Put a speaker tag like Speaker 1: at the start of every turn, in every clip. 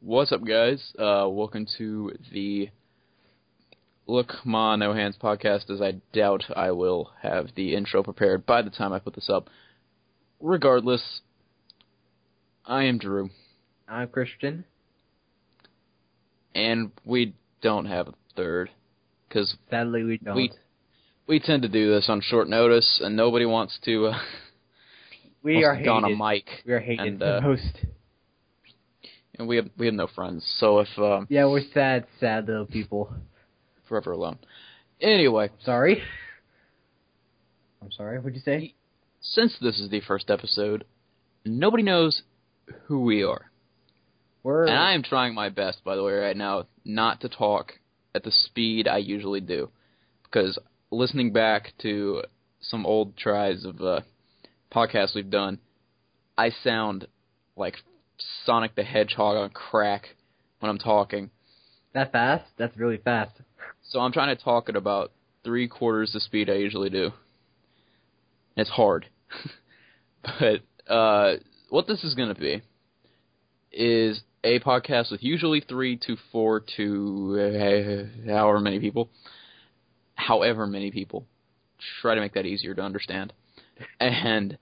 Speaker 1: What's up, guys? Uh, welcome to the Look Ma No Hands podcast, as I doubt I will have the intro prepared by the time I put this up. Regardless, I am Drew,
Speaker 2: I'm Christian.
Speaker 1: and we don't have a third, because
Speaker 2: Sadly, we don't.
Speaker 1: We-
Speaker 2: We,
Speaker 1: we tend to do this on short notice, and nobody wants to, uh, wants
Speaker 2: are
Speaker 1: to don a
Speaker 2: hated.
Speaker 1: mic,
Speaker 2: We are hated
Speaker 1: and,
Speaker 2: the
Speaker 1: uh,
Speaker 2: most.
Speaker 1: and we have we have no friends, so if um,
Speaker 2: Yeah, we're sad, sad little people.
Speaker 1: forever alone. Anyway,
Speaker 2: Sorry. I'm sorry. What'd you say?
Speaker 1: since this is the first episode, nobody knows who we are.
Speaker 2: We're
Speaker 1: And I am trying my best, by the way, right now, not to talk at the speed I usually do. Because listening back to some old tries of uh, podcasts we've done, I sound like Sonic the Hedgehog on crack when I'm talking.
Speaker 2: that fast. That's really fast.
Speaker 1: So I'm trying to talk at about three quarters the speed I usually do. It's hard. but uh, what this is going to be is a podcast with usually three to four to uh, however many people. However many people. Try to make that easier to understand. And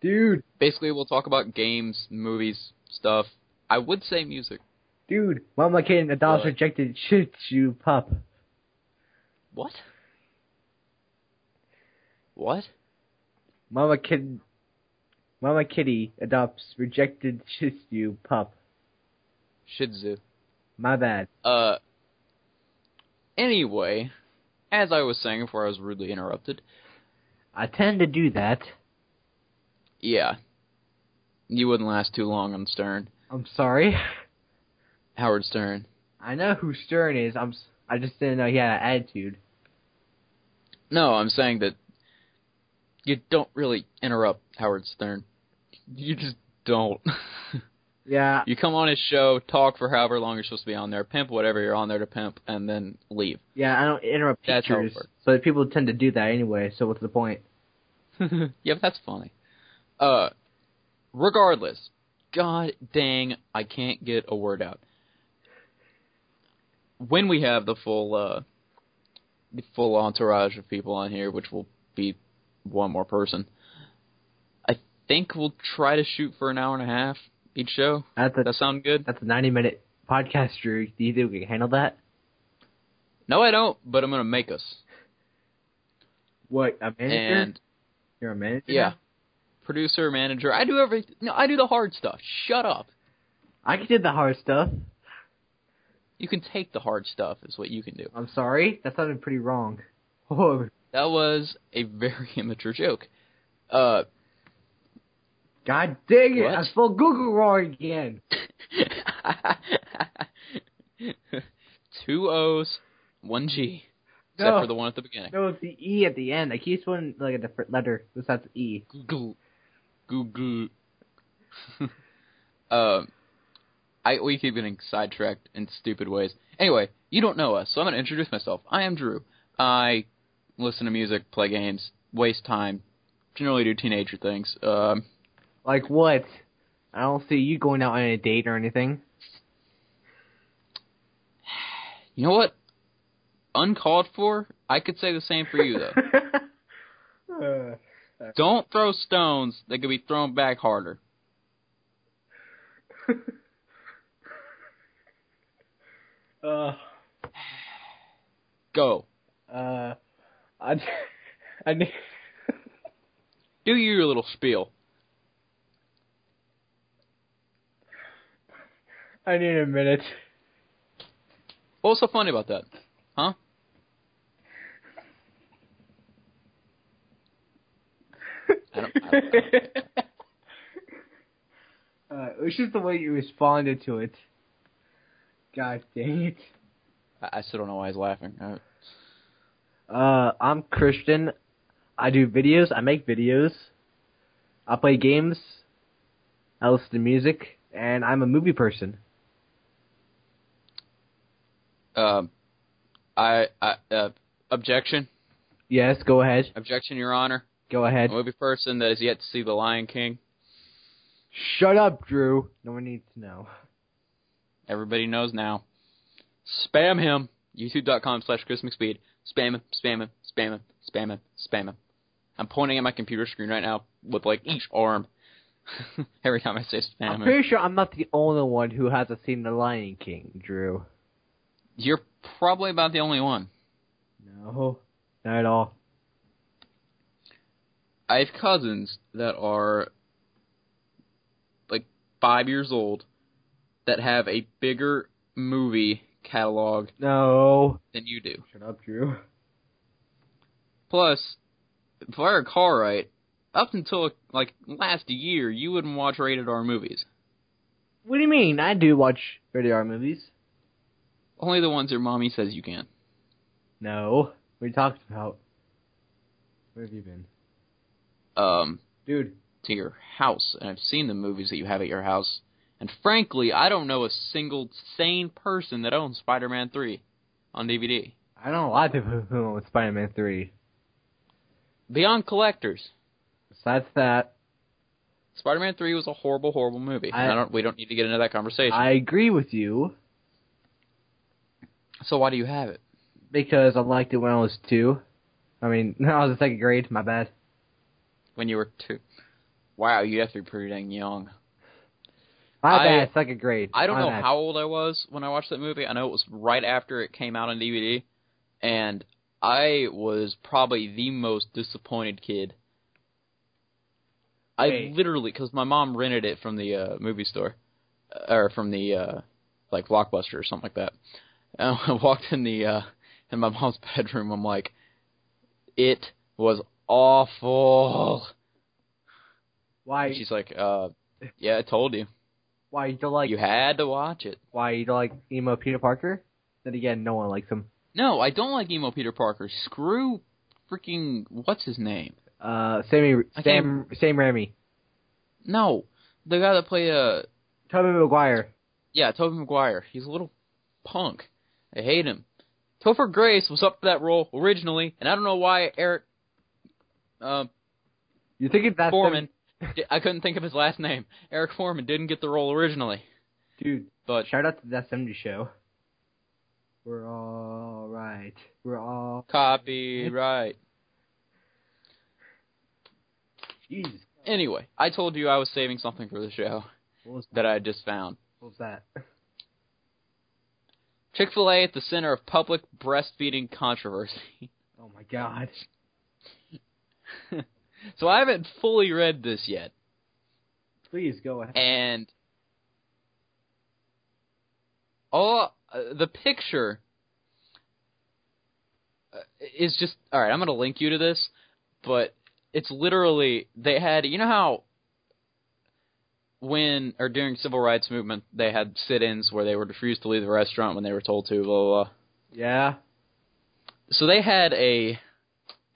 Speaker 2: Dude,
Speaker 1: basically, we'll talk about games, movies, stuff. I would say music.
Speaker 2: dude, Mama Kid and the dolls
Speaker 1: What?
Speaker 2: rejected shit you pup.
Speaker 1: What? What?
Speaker 2: Mama Kid, Mama Kitty adopts rejected shih tzu pup.
Speaker 1: Shidzu.
Speaker 2: My bad.
Speaker 1: Uh. Anyway, as I was saying before I was rudely interrupted,
Speaker 2: I tend to do that.
Speaker 1: yeah, you wouldn't last too long on Stern,
Speaker 2: I'm sorry.
Speaker 1: Howard Stern.
Speaker 2: I know who Stern is. I'm. s- I just didn't know he had an attitude.
Speaker 1: No, I'm saying that you don't really interrupt Howard Stern. You just don't.
Speaker 2: Yeah,
Speaker 1: you come on his show, talk for however long you're supposed to be on there, pimp whatever you're on there to pimp, and then leave.
Speaker 2: Yeah, I don't interrupt
Speaker 1: That's how it
Speaker 2: pictures,
Speaker 1: works.
Speaker 2: so people tend to do that anyway. So what's the point?
Speaker 1: yeah, but that's funny. Uh, regardless, god dang, I can't get a word out. When we have the full, uh, the full entourage of people on here, which will be one more person, I think we'll try to shoot for an hour and a half each show.
Speaker 2: That's a
Speaker 1: That sound good?
Speaker 2: that's a ninety minute podcast, Drew. Do you think we can handle that?
Speaker 1: No, I don't, but I'm gonna make us.
Speaker 2: What a manager?
Speaker 1: And
Speaker 2: You're a manager?
Speaker 1: yeah, producer, manager, I do every. No, I do the hard stuff. Shut up.
Speaker 2: I can do the hard stuff.
Speaker 1: You can take the hard stuff, is what you can do.
Speaker 2: I'm sorry, that sounded pretty wrong. Oh,
Speaker 1: That was a very immature joke. Uh,
Speaker 2: God dang it!
Speaker 1: What?
Speaker 2: I spelled Google wrong again.
Speaker 1: two O's, one G, except
Speaker 2: No.
Speaker 1: for the one at the beginning.
Speaker 2: No, it's the E at the end. I keep spelling like a different letter besides the E.
Speaker 1: Google, Google. um, I we keep getting sidetracked in stupid ways. Anyway, you don't know us, so I'm gonna introduce myself. I am Drew. I listen to music, play games, waste time, generally do teenager things. Um,
Speaker 2: Like what? I don't see you going out on a date or anything.
Speaker 1: You know what? Uncalled for. I could say the same for you though.
Speaker 2: Uh,
Speaker 1: Don't throw stones that could be thrown back harder.
Speaker 2: uh.
Speaker 1: Go.
Speaker 2: Uh, I, I knew.
Speaker 1: Do your little spiel.
Speaker 2: I need a minute.
Speaker 1: What's so funny about that? Huh? I don't, I don't,
Speaker 2: uh, it was just the way you responded to it. God dang it.
Speaker 1: I I still don't know why he's laughing. I,
Speaker 2: Uh, I'm Christian. I do videos. I make videos. I play games. I listen to music, and I'm a movie person.
Speaker 1: um, I, I uh, objection,
Speaker 2: Yes, go ahead.
Speaker 1: objection, Your Honor.
Speaker 2: Go
Speaker 1: A
Speaker 2: ahead.
Speaker 1: movie person that has yet to see The Lion King.
Speaker 2: Shut up, Drew. No one needs to know.
Speaker 1: Everybody knows now. Spam him. YouTube.com slash Chris McSpeed. Spam him, spam him, spam him, spam him, spam him. I'm pointing at my computer screen right now with like each arm. Every time I say spam
Speaker 2: I'm
Speaker 1: him.
Speaker 2: pretty sure I'm not the only one who hasn't seen The Lion King, Drew.
Speaker 1: You're probably about the only one.
Speaker 2: No, not at all.
Speaker 1: I have cousins that are like five years old that have a bigger movie catalog
Speaker 2: No.
Speaker 1: than you do.
Speaker 2: Shut up, Drew.
Speaker 1: Plus, if I recall right, up until like last year, you wouldn't watch rated R movies.
Speaker 2: What do you mean? I do watch rated R movies.
Speaker 1: Only the ones your mommy says you can.
Speaker 2: No. What are you talking about? Where have you been?
Speaker 1: Um,
Speaker 2: Dude.
Speaker 1: to your house, and I've seen the movies that you have at your house. And frankly, I don't know a single sane person that owns Spider-Man 3 on DVD
Speaker 2: I know a lot of people who own Spider-Man 3.
Speaker 1: beyond collectors.
Speaker 2: Besides that,
Speaker 1: Spider-Man Three was a horrible, horrible movie.
Speaker 2: I-
Speaker 1: I, don't. We don't need to get into that conversation.
Speaker 2: I agree with you
Speaker 1: so why do you have it?
Speaker 2: because I liked it when I was two. I mean, when I was in second grade. My bad.
Speaker 1: When you were two. Wow, you have to be pretty dang young.
Speaker 2: My
Speaker 1: I-
Speaker 2: bad. Second grade.
Speaker 1: I don't
Speaker 2: My
Speaker 1: know
Speaker 2: bad.
Speaker 1: how old I was when I watched that movie. I know it was right after it came out on DVD, and I was probably the most disappointed kid. I
Speaker 2: Wait.
Speaker 1: literally, because my mom rented it from the uh, movie store, uh, or from the uh, like Blockbuster or something like that. And I walked in the uh, in my mom's bedroom. I'm like, it was awful.
Speaker 2: Why?
Speaker 1: And she's like, uh, yeah, I told you,
Speaker 2: Why you don't like?
Speaker 1: you had to watch it.
Speaker 2: Why you don't like emo Peter Parker? Then again, no one likes him.
Speaker 1: No, I don't like emo Peter Parker. Screw freaking what's his name?
Speaker 2: Uh, Sammy,
Speaker 1: I
Speaker 2: Sam, Sam Raimi,
Speaker 1: No, the guy that played uh
Speaker 2: Tobey Maguire.
Speaker 1: yeah Tobey Maguire. He's a little punk. I hate him. Topher Grace was up for that role originally, and I don't know why Eric uh,
Speaker 2: You think if that's
Speaker 1: Foreman. di- I couldn't think of his last name. Eric Foreman didn't get the role originally,
Speaker 2: dude?
Speaker 1: but
Speaker 2: Shout out to that seventy show. We're all right. We're all
Speaker 1: copyright.
Speaker 2: Jesus.
Speaker 1: Anyway, I told you I was saving something for the show
Speaker 2: What was
Speaker 1: that I just found.
Speaker 2: What was that?
Speaker 1: Chick Fil A at the center of public breastfeeding controversy.
Speaker 2: Oh my God.
Speaker 1: So I haven't fully read this yet,
Speaker 2: Please go ahead.
Speaker 1: and oh, uh, the picture uh, is just all right. I'm gonna link you to this, but it's literally they had you know how when or during civil rights movement they had sit-ins where they were refused to leave the restaurant when they were told to blah blah. blah.
Speaker 2: Yeah.
Speaker 1: So they had a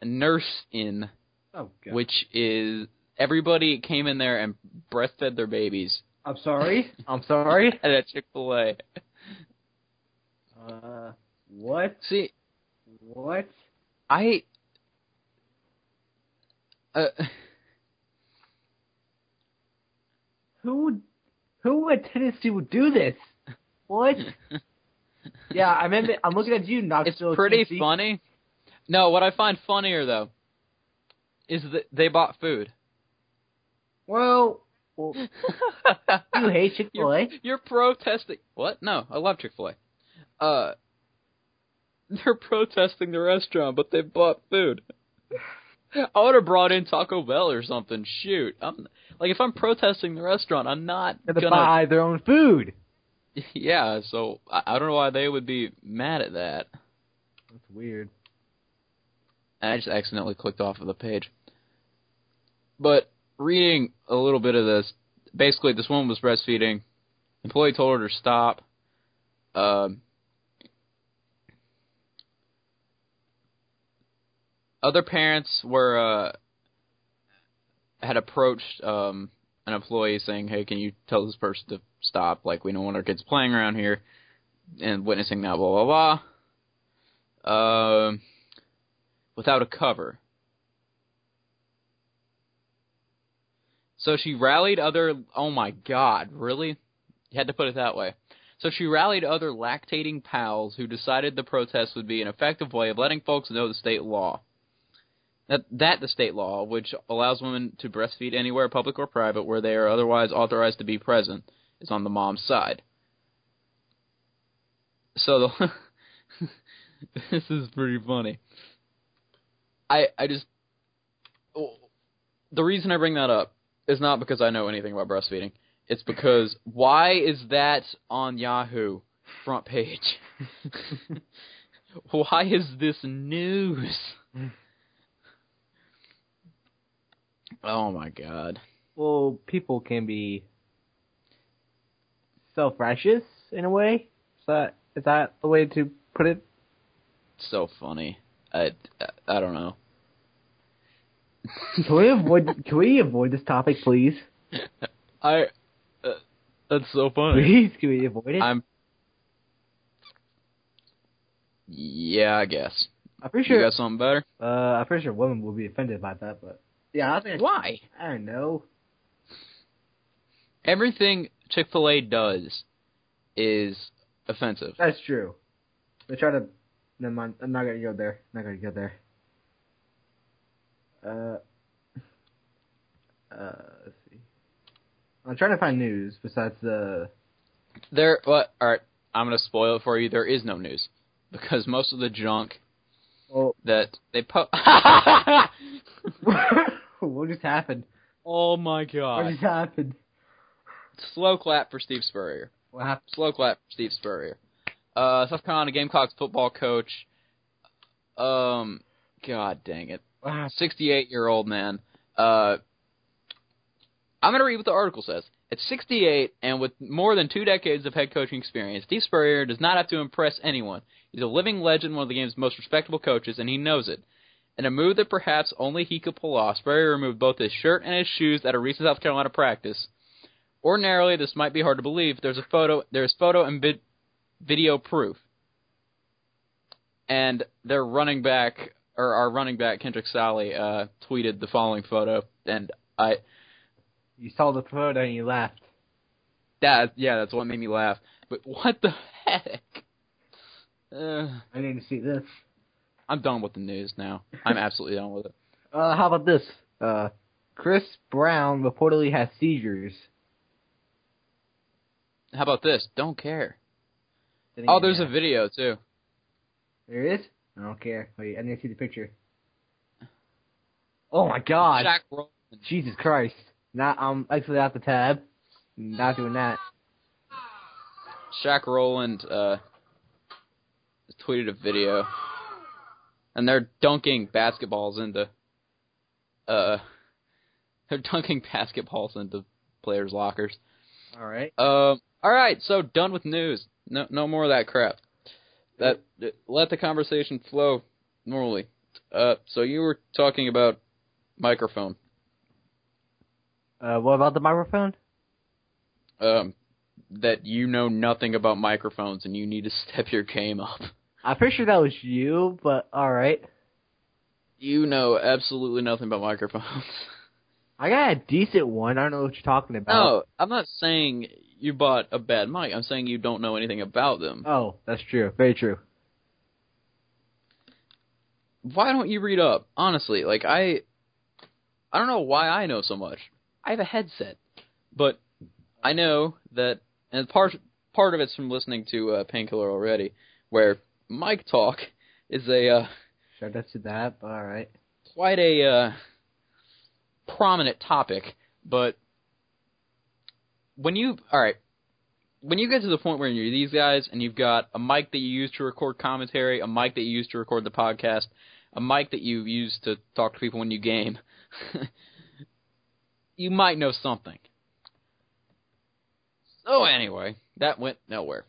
Speaker 1: nurse in
Speaker 2: Oh God.
Speaker 1: which is everybody came in there and breastfed their babies
Speaker 2: I'm sorry. I'm sorry.
Speaker 1: at a Chick Fil A.
Speaker 2: Uh, what?
Speaker 1: See,
Speaker 2: What?
Speaker 1: I. Uh,
Speaker 2: Who? would- Who in Tennessee would do this? What? Yeah, I remember. I'm looking at you,
Speaker 1: it's
Speaker 2: Knoxville.
Speaker 1: pretty
Speaker 2: Tennessee.
Speaker 1: funny. No, what I find funnier though is that they bought food.
Speaker 2: Well, well, you hate Chick Fil
Speaker 1: you're,
Speaker 2: A.
Speaker 1: you're protesting. What? No, I love Chick Fil A. Uh, they're protesting the restaurant, but they bought food. I would have brought in Taco Bell or something. Shoot, I'm like if I'm protesting the restaurant, I'm not
Speaker 2: They
Speaker 1: gonna.
Speaker 2: buy their own food.
Speaker 1: Yeah, so I, I don't know why they would be mad at that.
Speaker 2: That's weird.
Speaker 1: And I just accidentally clicked off of the page. But reading a little bit of this, basically this woman was breastfeeding. Employee told her to stop. Um, other parents were uh, had approached um, an employee saying, "Hey, can you tell this person to stop? Like, we don't want our kids playing around here and witnessing that." Blah blah blah. Um, without a cover. So she rallied other. Oh my God, really? You had to put it that way. So she rallied other lactating pals who decided the protest would be an effective way of letting folks know the state law. That, that the state law, which allows women to breastfeed anywhere, public or private, where they are otherwise authorized to be present, is on the mom's side. So the, this is pretty funny. I I just the reason I bring that up is not because I know anything about breastfeeding. It's because why is that on Yahoo front page? why is this news? Oh my god.
Speaker 2: Well, people can be self-righteous in a way. Is that is that the way to put it?
Speaker 1: So funny. I I don't know.
Speaker 2: Can we avoid can we avoid this topic, please?
Speaker 1: I uh, that's so funny.
Speaker 2: Please, can we avoid it?
Speaker 1: I'm Yeah, I guess.
Speaker 2: I'm pretty
Speaker 1: You
Speaker 2: sure.
Speaker 1: got something better?
Speaker 2: Uh, I'm pretty sure women will be offended by that, but yeah, I think
Speaker 1: Why?
Speaker 2: I don't know.
Speaker 1: Everything Chick-fil-A does is offensive.
Speaker 2: That's true. They try to. Never mind. I'm not gonna go there. not gonna go there. Uh. Uh. Let's see. I'm trying to find news besides the.
Speaker 1: There, well, all right. I'm gonna spoil it for you. There is no news because most of the junk
Speaker 2: Well,
Speaker 1: that they po-
Speaker 2: what just happened?
Speaker 1: Oh my
Speaker 2: What
Speaker 1: god!
Speaker 2: just happened?
Speaker 1: Slow clap for Steve Spurrier.
Speaker 2: What happened?
Speaker 1: Slow clap for Steve Spurrier. Uh, South Carolina Gamecocks football coach. Um, god dang it,
Speaker 2: What happened?
Speaker 1: 68 year old man. Uh, I'm gonna read what the article says. At 68 and with more than two decades of head coaching experience, Steve Spurrier does not have to impress anyone. He's a living legend, one of the game's most respectable coaches, and he knows it. In a move that perhaps only he could pull off, Spurrier removed both his shirt and his shoes at a recent South Carolina practice. Ordinarily, this might be hard to believe. but There's a photo. There's photo and vid- video proof. And their running back, or our running back Kendrick Sally, uh, tweeted the following photo, and I
Speaker 2: You saw the photo and you laughed.
Speaker 1: that yeah, that's what made me laugh. But what the heck? Uh,
Speaker 2: I need to see this.
Speaker 1: I'm done with the news now. I'm absolutely done with it.
Speaker 2: Uh, how about this? Uh, Chris Brown reportedly has seizures.
Speaker 1: How about this? Don't care. Oh, there's a video too.
Speaker 2: There is? I don't care. Wait, I need to see the picture. Oh my god.
Speaker 1: Jack Roll-
Speaker 2: Jesus Christ. Not I'm actually out the tab. Not doing that.
Speaker 1: Shaq Rowland uh, tweeted a video, and they're dunking basketballs into. Uh, they're dunking basketballs into players' lockers.
Speaker 2: Alright.
Speaker 1: Um. All right. So done with news. No, no more of that crap. That let the conversation flow normally. Uh. So you were talking about microphone.
Speaker 2: Uh what about the microphone?
Speaker 1: Um. That you know nothing about microphones and you need to step your game up.
Speaker 2: I'm pretty sure that was you, but alright.
Speaker 1: You know absolutely nothing about microphones.
Speaker 2: I got a decent one. I don't know what you're talking about.
Speaker 1: No, I'm not saying you bought a bad mic. I'm saying you don't know anything about them.
Speaker 2: Oh, that's true. Very true.
Speaker 1: Why don't you read up? Honestly, like I, I don't know why I know so much. I have a headset, but I know that, and part part of it's from listening to uh, Painkiller already, where mic talk is a uh,
Speaker 2: Shout out to that, but alright.
Speaker 1: quite a uh, prominent topic, but when you all right, when you get to the point where you're these guys and you've got a mic that you use to record commentary, a mic that you use to record the podcast, a mic that you use to talk to people when you game, you might know something. So anyway, that went nowhere.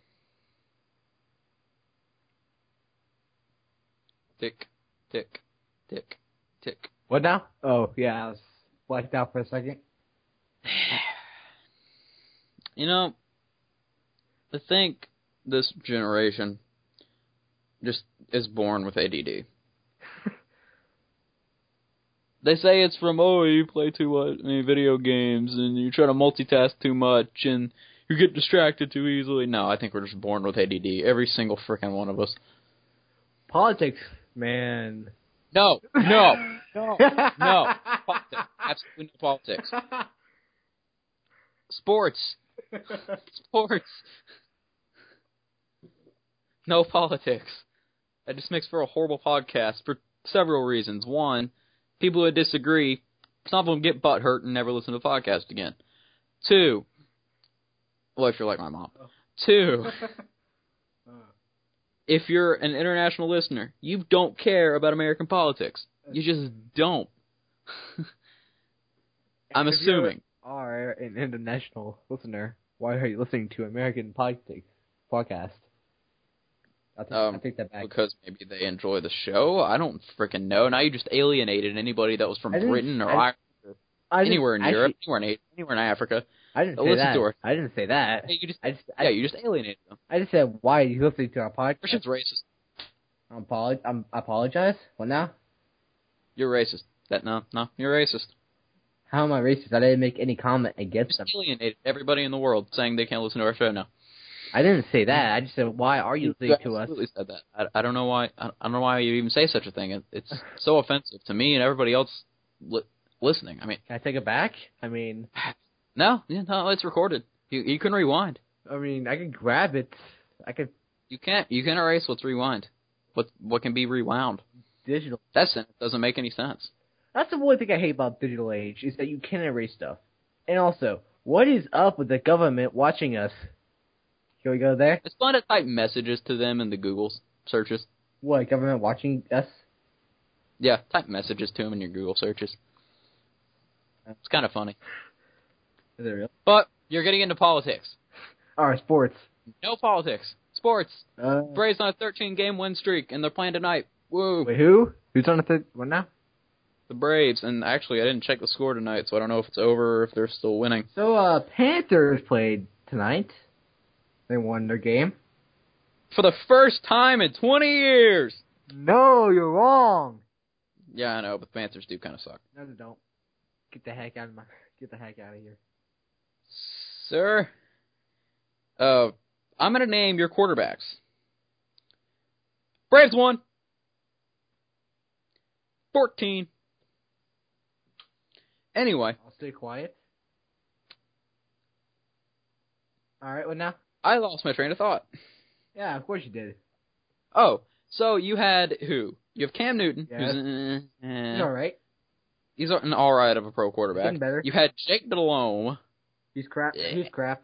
Speaker 1: Tick, tick, tick, tick.
Speaker 2: What now? Oh yeah, I was blacked out for a second.
Speaker 1: You know, I think this generation just is born with ADD. They say it's from oh you play too much I mean, video games and you try to multitask too much and you get distracted too easily. No, I think we're just born with ADD. Every single freaking one of us.
Speaker 2: Politics, man.
Speaker 1: No, no, no, no. Politics. Absolutely no politics. Sports, sports. No politics. That just makes for a horrible podcast for several reasons. One, people who disagree, some of them get butt hurt and never listen to the podcast again. Two, well, if you're like my mom. Two, if you're an international listener, you don't care about American politics. You just don't. I'm
Speaker 2: If you
Speaker 1: assuming.
Speaker 2: Are an international listener? Why are you listening to American politics podcast? I think I
Speaker 1: Um,
Speaker 2: take that back.
Speaker 1: Because maybe they enjoy the show. I don't freaking know. Now you just alienated anybody that was from
Speaker 2: I didn't-
Speaker 1: Britain or
Speaker 2: I-
Speaker 1: Ireland,
Speaker 2: I didn't-
Speaker 1: anywhere in
Speaker 2: actually,
Speaker 1: Europe, anywhere in Asia, anywhere in Africa.
Speaker 2: I didn't
Speaker 1: Oh,
Speaker 2: say
Speaker 1: listen
Speaker 2: that.
Speaker 1: to her.
Speaker 2: I didn't say that.
Speaker 1: Hey, you just
Speaker 2: I just, I,
Speaker 1: yeah, you just alienated them.
Speaker 2: I just said why are you listening to our podcast?
Speaker 1: Christian's racist.
Speaker 2: I'm apolog- I'm, I apologize. What now?
Speaker 1: You're racist. That no, no, you're racist.
Speaker 2: How am I racist? I didn't make any comment
Speaker 1: You
Speaker 2: against them.
Speaker 1: just alienated everybody in the world saying they can't listen to our show now.
Speaker 2: I didn't say that. I just said why are you listening to us?
Speaker 1: absolutely said that. I, I don't know why. I, I don't know why you even say such a thing. It, it's so offensive to me and everybody else li- listening. I mean,
Speaker 2: Can I take it back? I mean,
Speaker 1: no, yeah, no, it's recorded. You you can rewind.
Speaker 2: I mean, I could grab it. I could
Speaker 1: You can't you can't erase what's rewind. What what can be rewound?
Speaker 2: digital.
Speaker 1: That sentence doesn't make any sense.
Speaker 2: That's the one thing I hate about digital age is that you can erase stuff. And also, what is up with the government watching us? Can we go there?
Speaker 1: It's fun to type messages to them in the Google s- searches.
Speaker 2: What government watching us?
Speaker 1: Yeah, type messages to them in your Google searches. It's kind of funny.
Speaker 2: Is it real?
Speaker 1: But you're getting into politics.
Speaker 2: All right, sports.
Speaker 1: No politics. Sports.
Speaker 2: Uh,
Speaker 1: Braves on a 13 game win streak, and they're playing tonight. Woo.
Speaker 2: wait, who? Who's on the third one now?
Speaker 1: The Braves. And actually, I didn't check the score tonight, so I don't know if it's over or if they're still winning.
Speaker 2: So, uh, Panthers played tonight. They won their game.
Speaker 1: For the first time in 20 years.
Speaker 2: No, you're wrong.
Speaker 1: Yeah, I know, but the Panthers do kind of suck.
Speaker 2: No, they don't. Get the heck out of my. Get the heck out of here.
Speaker 1: Sir, uh, I'm going to name your quarterbacks. Braves won. 14. Anyway,
Speaker 2: I'll stay quiet. All right, what now?
Speaker 1: I lost my train of thought.
Speaker 2: Yeah, of course you did.
Speaker 1: Oh, so you had who? You have Cam Newton,
Speaker 2: Yes.
Speaker 1: who's eh, eh,
Speaker 2: He's all right.
Speaker 1: he's an all right of a pro quarterback.
Speaker 2: Getting better.
Speaker 1: You had Jake Delhomme.
Speaker 2: He's crap.
Speaker 1: Yeah.
Speaker 2: He's crap.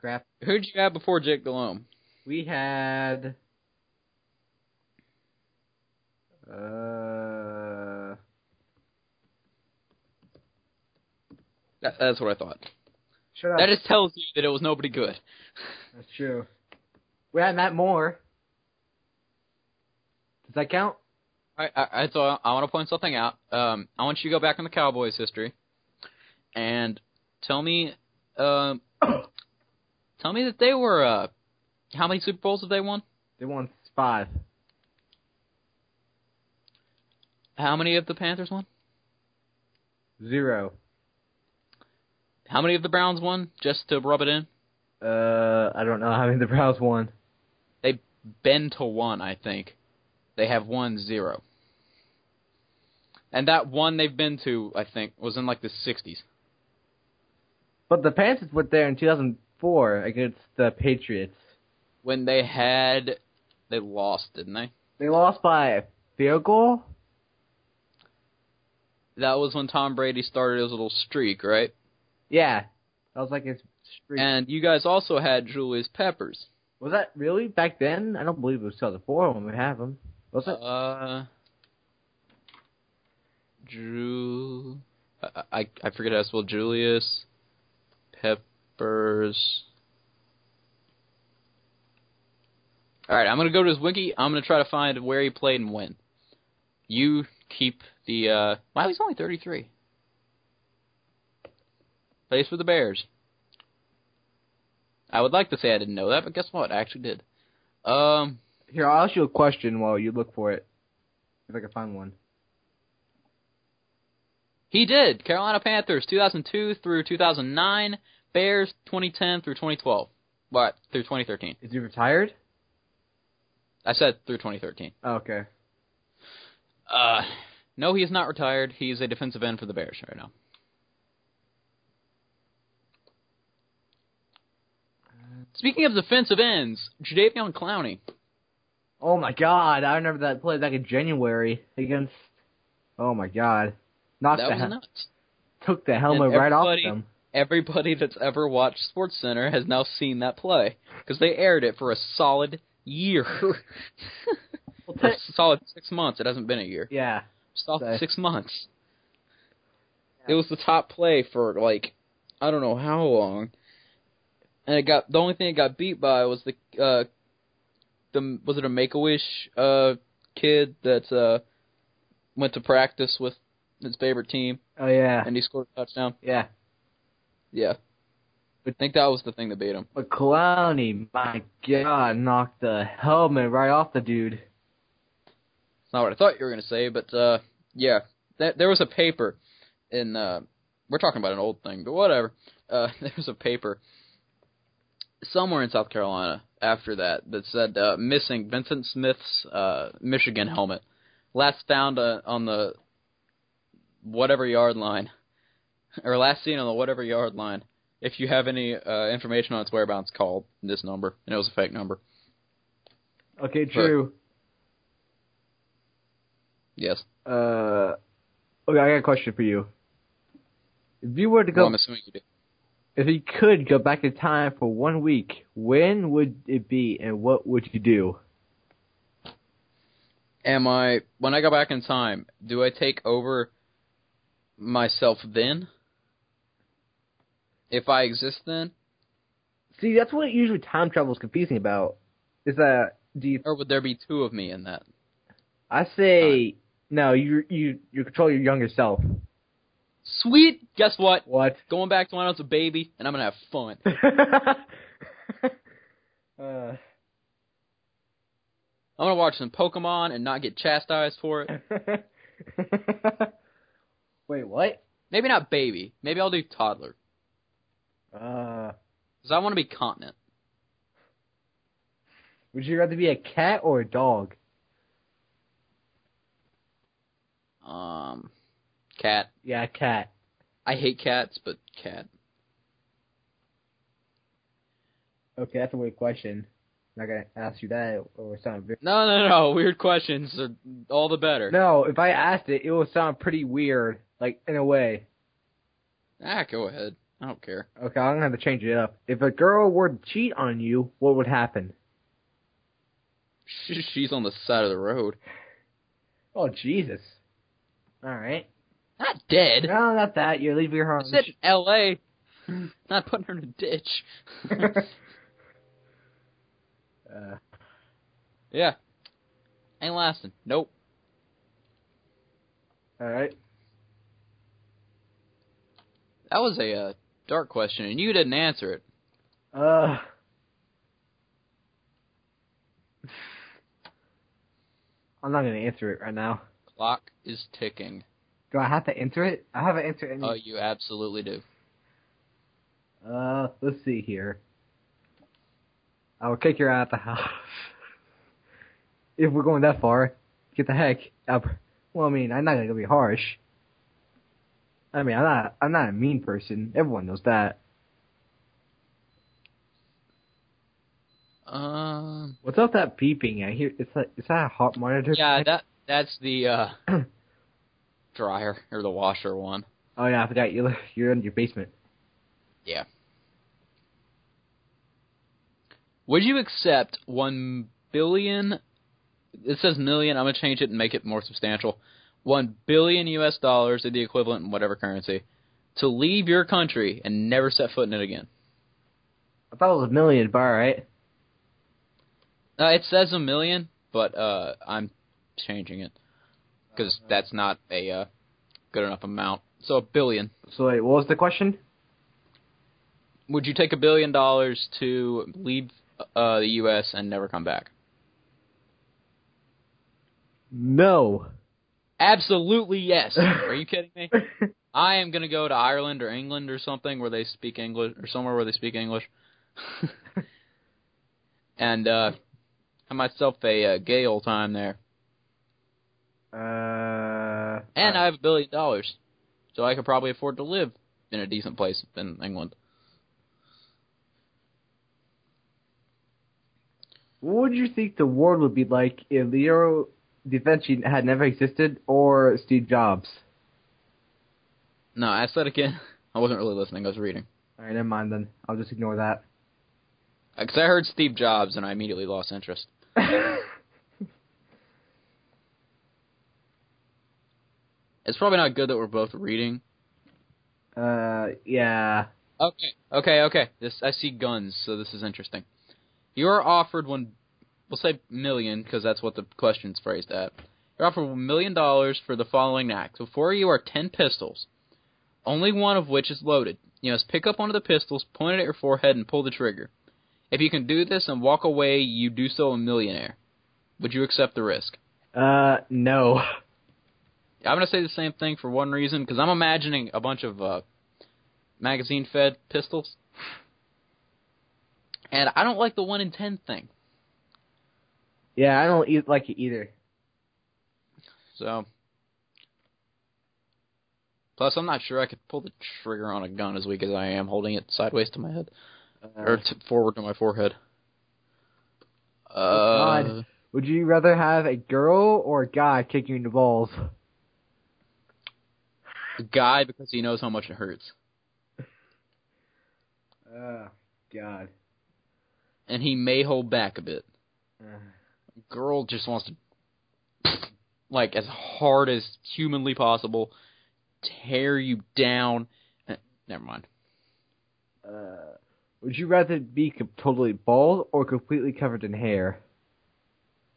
Speaker 2: Crap.
Speaker 1: Who'd you have before Jake Delhomme?
Speaker 2: We had. Uh,
Speaker 1: That, that's what I thought.
Speaker 2: shut up.
Speaker 1: That just tells you that it was nobody good.
Speaker 2: That's true. We had Matt Moore. Does that count?
Speaker 1: I, I, I so I, want to point something out. Um, I want you to go back in the Cowboys' history and tell me, um, tell me that they were uh, how many Super Bowls have they won?
Speaker 2: They won five.
Speaker 1: How many of the Panthers won?
Speaker 2: Zero.
Speaker 1: How many of the Browns won? Just to rub it in.
Speaker 2: Uh, I don't know how many the Browns won.
Speaker 1: They've been to one, I think. They have won zero. And that one they've been to, I think, was in like the 60s.
Speaker 2: But the Panthers were there in 2004 against the Patriots.
Speaker 1: When they had. They lost, didn't they?
Speaker 2: They lost by a field goal.
Speaker 1: That was when Tom Brady started his little streak, right?
Speaker 2: Yeah, that was like his streak.
Speaker 1: And you guys also had Julius Peppers.
Speaker 2: Was that really back then? I don't believe it was 2004 when we have him. Was it?
Speaker 1: Uh. Drew. I, I, I forget how to spell Julius. Peppers. Alright, I'm going to go to his wiki. I'm going to try to find where he played and when. You keep the. Uh, wow, he's only 33. Plays for the Bears. I would like to say I didn't know that, but guess what? I actually did. Um.
Speaker 2: Here, I'll ask you a question while you look for it, if I can find one.
Speaker 1: He did. Carolina Panthers 2002 through 2009, Bears 2010 through 2012, but through 2013.
Speaker 2: Is he retired?
Speaker 1: I said through 2013.
Speaker 2: Oh, okay.
Speaker 1: Uh, no, he is not retired. He's a defensive end for the Bears right now. Speaking of defensive ends, Jadavion Clowney.
Speaker 2: Oh my god, I remember that play back in January against. Oh my god, knocked
Speaker 1: That
Speaker 2: the
Speaker 1: was
Speaker 2: he-
Speaker 1: nuts.
Speaker 2: took the helmet
Speaker 1: And
Speaker 2: right off
Speaker 1: everybody-
Speaker 2: them.
Speaker 1: Everybody that's ever watched Sports Center has now seen that play because they aired it for a solid year,
Speaker 2: Well,
Speaker 1: for
Speaker 2: te-
Speaker 1: a solid six months. It hasn't been a year.
Speaker 2: yeah,
Speaker 1: Solid
Speaker 2: Nice.
Speaker 1: six months. It was the top play for like I don't know how long, and it got the only thing it got beat by was the uh, the was it a Make a Wish uh kid that uh went to practice with his favorite team
Speaker 2: oh yeah,
Speaker 1: and he scored a touchdown.
Speaker 2: yeah.
Speaker 1: Yeah, I think that was the thing that beat him.
Speaker 2: But Clowney, my god, knocked the helmet right off the dude.
Speaker 1: It's not what I thought you were going to say, but uh, yeah, that, there was a paper in. Uh, we're talking about an old thing, but whatever. Uh, there was a paper somewhere in South Carolina after that that said uh, missing Vincent Smith's uh, Michigan helmet, last found uh, on the whatever yard line, or last seen on the whatever yard line. If you have any uh, information on its whereabouts, call this number, and it was a fake number.
Speaker 2: Okay, Drew.
Speaker 1: Yes,
Speaker 2: Uh, okay, I got a question for you. If you were to go,
Speaker 1: well, I'm assuming you did.
Speaker 2: if you could go back in time for one week, when would it be, and what would you do?
Speaker 1: am I when I go back in time, do I take over myself then? If I exist then?
Speaker 2: See, that's what usually time travel is confusing about. Is that do you?
Speaker 1: Or would there be two of me in that?
Speaker 2: I say no. You you you control your younger self.
Speaker 1: Sweet! Guess what?
Speaker 2: What?
Speaker 1: Going back to when I was a baby and I'm gonna have fun.
Speaker 2: uh,
Speaker 1: I'm gonna watch some Pokemon and not get chastised for it.
Speaker 2: Wait, what?
Speaker 1: Maybe not baby. Maybe I'll do toddler.
Speaker 2: Uh,
Speaker 1: Because I want to be continent.
Speaker 2: would you rather be a cat or a dog?
Speaker 1: Um cat.
Speaker 2: Yeah, a cat.
Speaker 1: I hate cats, but cat.
Speaker 2: Okay, that's a weird question. I'm not gonna ask you that, or it sound very.
Speaker 1: No no no, weird questions are all the better.
Speaker 2: No, if I asked it, it would sound pretty weird, like in a way.
Speaker 1: Ah, go ahead. I don't care.
Speaker 2: Okay, I'm gonna have to change it up. If a girl were to cheat on you, what would happen?
Speaker 1: She- She's on the side of the road.
Speaker 2: Oh Jesus! All right.
Speaker 1: Not dead.
Speaker 2: No, not that. You leave your
Speaker 1: I
Speaker 2: home.
Speaker 1: said L.A. Not putting her in a ditch.
Speaker 2: uh,
Speaker 1: yeah. Ain't lasting. Nope.
Speaker 2: all right.
Speaker 1: That was a uh, dark question, and you didn't answer it.
Speaker 2: Uh. I'm not gonna answer it right now.
Speaker 1: Clock is ticking.
Speaker 2: Do I have to answer it? I haven't answered any.
Speaker 1: Oh, you absolutely do.
Speaker 2: Uh, let's see here. I will kick your out the house. if we're going that far, get the heck out. Well, I mean, I'm not gonna be harsh. I mean, I'm not. I'm not a mean person. Everyone knows that.
Speaker 1: Um.
Speaker 2: What's up that beeping? I hear it's like is that a heart monitor?
Speaker 1: Yeah, that that's the uh dryer or the washer one.
Speaker 2: Oh yeah, I forgot you. You're in your basement.
Speaker 1: Would you accept one billion? It says million. I'm gonna change it and make it more substantial. One billion U.S. dollars, or the equivalent in whatever currency, to leave your country and never set foot in it again.
Speaker 2: I thought it was a million, but all right.
Speaker 1: Uh, it says a million, but uh, I'm changing it because that's not a uh, good enough amount. So a billion.
Speaker 2: So wait, what was the question?
Speaker 1: Would you take a billion dollars to leave uh, the U.S. and never come back?
Speaker 2: No. Uh,
Speaker 1: Absolutely yes. Are you kidding me? I am gonna go to Ireland or England or something where they speak English or somewhere where they speak English, and uh, have myself a uh, gay old time there.
Speaker 2: Uh,
Speaker 1: And
Speaker 2: uh,
Speaker 1: I have a billion dollars, so I could probably afford to live in a decent place in England.
Speaker 2: what would you think the world would be like if Leo Da Vinci had never existed or Steve Jobs?
Speaker 1: No, I said again. I wasn't really listening. I was reading.
Speaker 2: All right, never mind then. I'll just ignore that.
Speaker 1: Because Uh, I heard Steve Jobs and I immediately lost interest. It's probably not good that we're both reading.
Speaker 2: uh, yeah.
Speaker 1: Okay, okay, okay. This I see guns, so this is interesting. You are offered one, we'll say million, because that's what the question's phrased at. You're offered one million dollars for the following acts. Before you are ten pistols, only one of which is loaded. You must pick up one of the pistols, point it at your forehead, and pull the trigger. If you can do this and walk away, you do so a millionaire. Would you accept the risk?
Speaker 2: Uh, no.
Speaker 1: I'm gonna say the same thing for one reason because I'm imagining a bunch of uh, magazine-fed pistols, and I don't like the one in ten thing.
Speaker 2: Yeah, I don't eat like it either.
Speaker 1: So, plus I'm not sure I could pull the trigger on a gun as weak as I am holding it sideways to my head or
Speaker 2: Uh,
Speaker 1: t- forward to my forehead. Uh,
Speaker 2: God. would you rather have a girl or a guy kicking you in the balls?
Speaker 1: guy because he knows how much it hurts,
Speaker 2: Uh, God.
Speaker 1: and he may hold back a bit.
Speaker 2: Uh,
Speaker 1: girl just wants to like as hard as humanly possible tear you down Eh, never mind
Speaker 2: uh, would you rather be com- totally bald or completely covered in hair?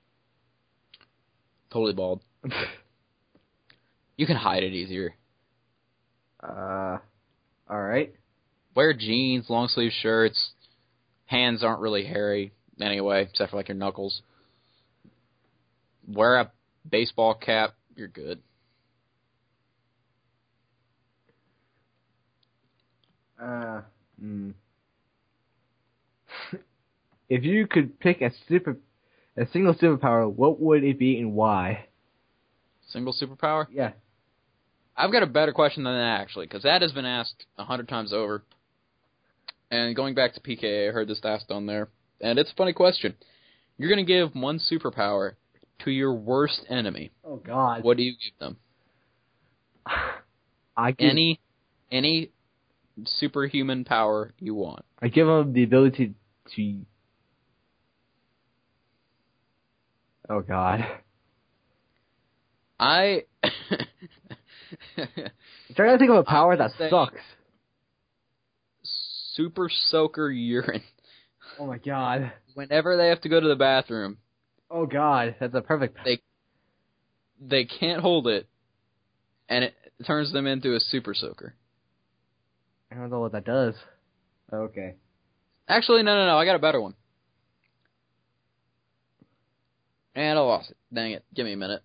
Speaker 1: totally bald you can hide it easier
Speaker 2: uh, all right.
Speaker 1: wear jeans long sleeve shirts hands aren't really hairy anyway except for like your knuckles wear a baseball cap you're good
Speaker 2: Uh, mm. if you could pick a super, a single superpower, what would it be and why?
Speaker 1: single superpower
Speaker 2: Yeah.
Speaker 1: I've got a better question than that actually, because that has been asked a hundred times over. And going back to PK, I heard this asked on there, and it's a funny question. You're going to give one superpower to your worst enemy.
Speaker 2: Oh God.
Speaker 1: What do you give them?
Speaker 2: I give,
Speaker 1: Any, any superhuman power you want.
Speaker 2: I give him the ability to. Oh God.
Speaker 1: I,
Speaker 2: I'm trying to think of a power
Speaker 1: would
Speaker 2: that
Speaker 1: say-
Speaker 2: sucks.
Speaker 1: super soaker urine.
Speaker 2: Oh my God.
Speaker 1: Whenever they have to go to the bathroom,
Speaker 2: Oh God. That's a perfect.
Speaker 1: They- they can't hold it, and it turns them into a super soaker.
Speaker 2: I don't know what that does. Okay.
Speaker 1: Actually, no, no, no. I got a better one. And I lost it. Dang it. Give me a minute.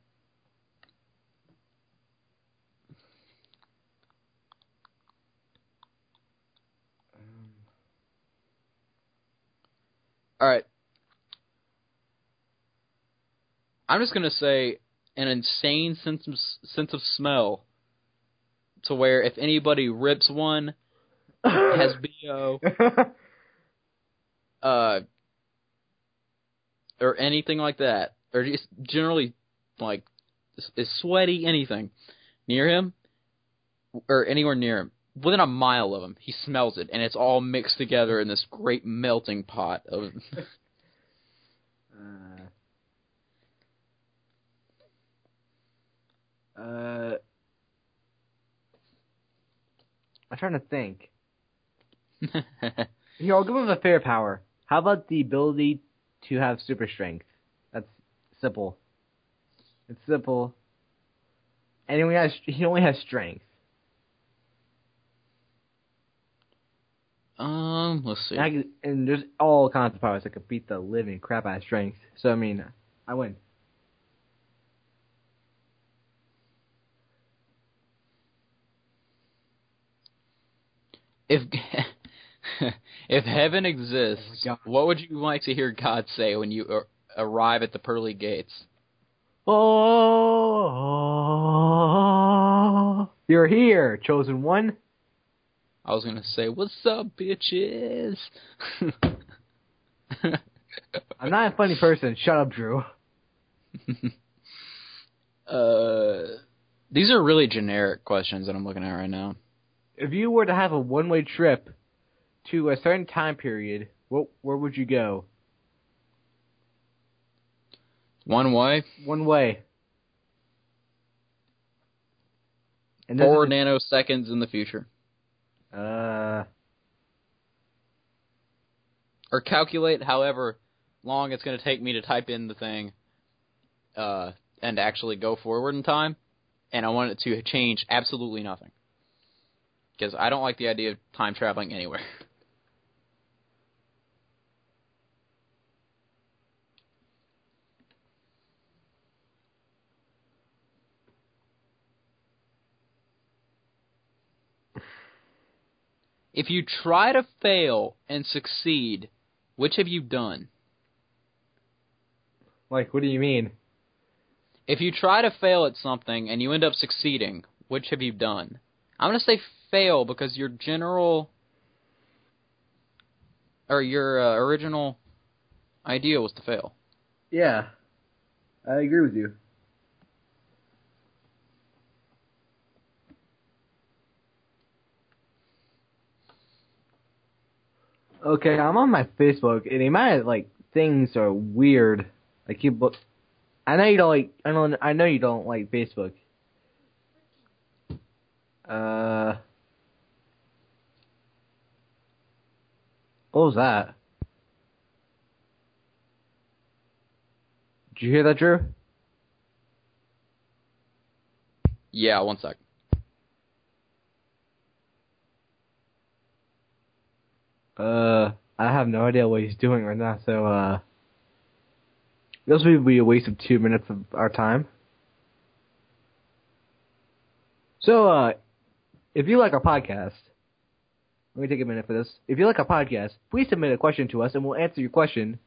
Speaker 1: All right. I'm just going to say an insane sense of, sense of smell to where if anybody rips one, has BO, uh, or anything like that, or just generally like is- is sweaty anything near him or anywhere near him within a mile of him he smells it and it's all mixed together in this great melting pot of
Speaker 2: Uh, uh, I'm trying to think. Here, I'll give him a fair power. How about the ability to have super strength? That's simple. It's simple. And he only has he only has strength.
Speaker 1: um let's see
Speaker 2: And, I can, and there's all kinds of powers that could beat the living crap out of strength. So I mean, I win.
Speaker 1: if if heaven exists,
Speaker 2: God.
Speaker 1: what would you like to hear God say when you ar- arrive at the pearly gates?
Speaker 2: Oh, you're here, chosen one.
Speaker 1: I was gonna say, "What's up, bitches?"
Speaker 2: I'm not a funny person. Shut up, Drew.
Speaker 1: uh, these are really generic questions that I'm looking at right now.
Speaker 2: If you were to have a one-way trip to a certain time period, what where would you go?
Speaker 1: One way,
Speaker 2: One way. And this
Speaker 1: four
Speaker 2: is-
Speaker 1: nanoseconds in the future,
Speaker 2: Uh,
Speaker 1: or calculate however long it's gonna take me to type in the thing, uh, and actually go forward in time. And I want it to change absolutely nothing because I don't like the idea of time traveling anywhere. If you try to fail and succeed, which have you done?
Speaker 2: like, what do you mean?
Speaker 1: If you try to fail at something and you end up succeeding, which have you done? I'm going to say fail because your general or your uh, original idea was to fail.
Speaker 2: Yeah, I agree with you. Okay, I'm on my Facebook, and the amount of like things are weird. Like you, look, I know you don't like. I know. I know you don't like Facebook. Uh, what was that? Did you hear that, Drew?
Speaker 1: Yeah, one sec.
Speaker 2: Uh, I have no idea what he's doing right now, so, uh. This would be a waste of two minutes of our time. So, uh, if you like our podcast, let me take a minute for this. If you like our podcast, please submit a question to us and we'll answer your question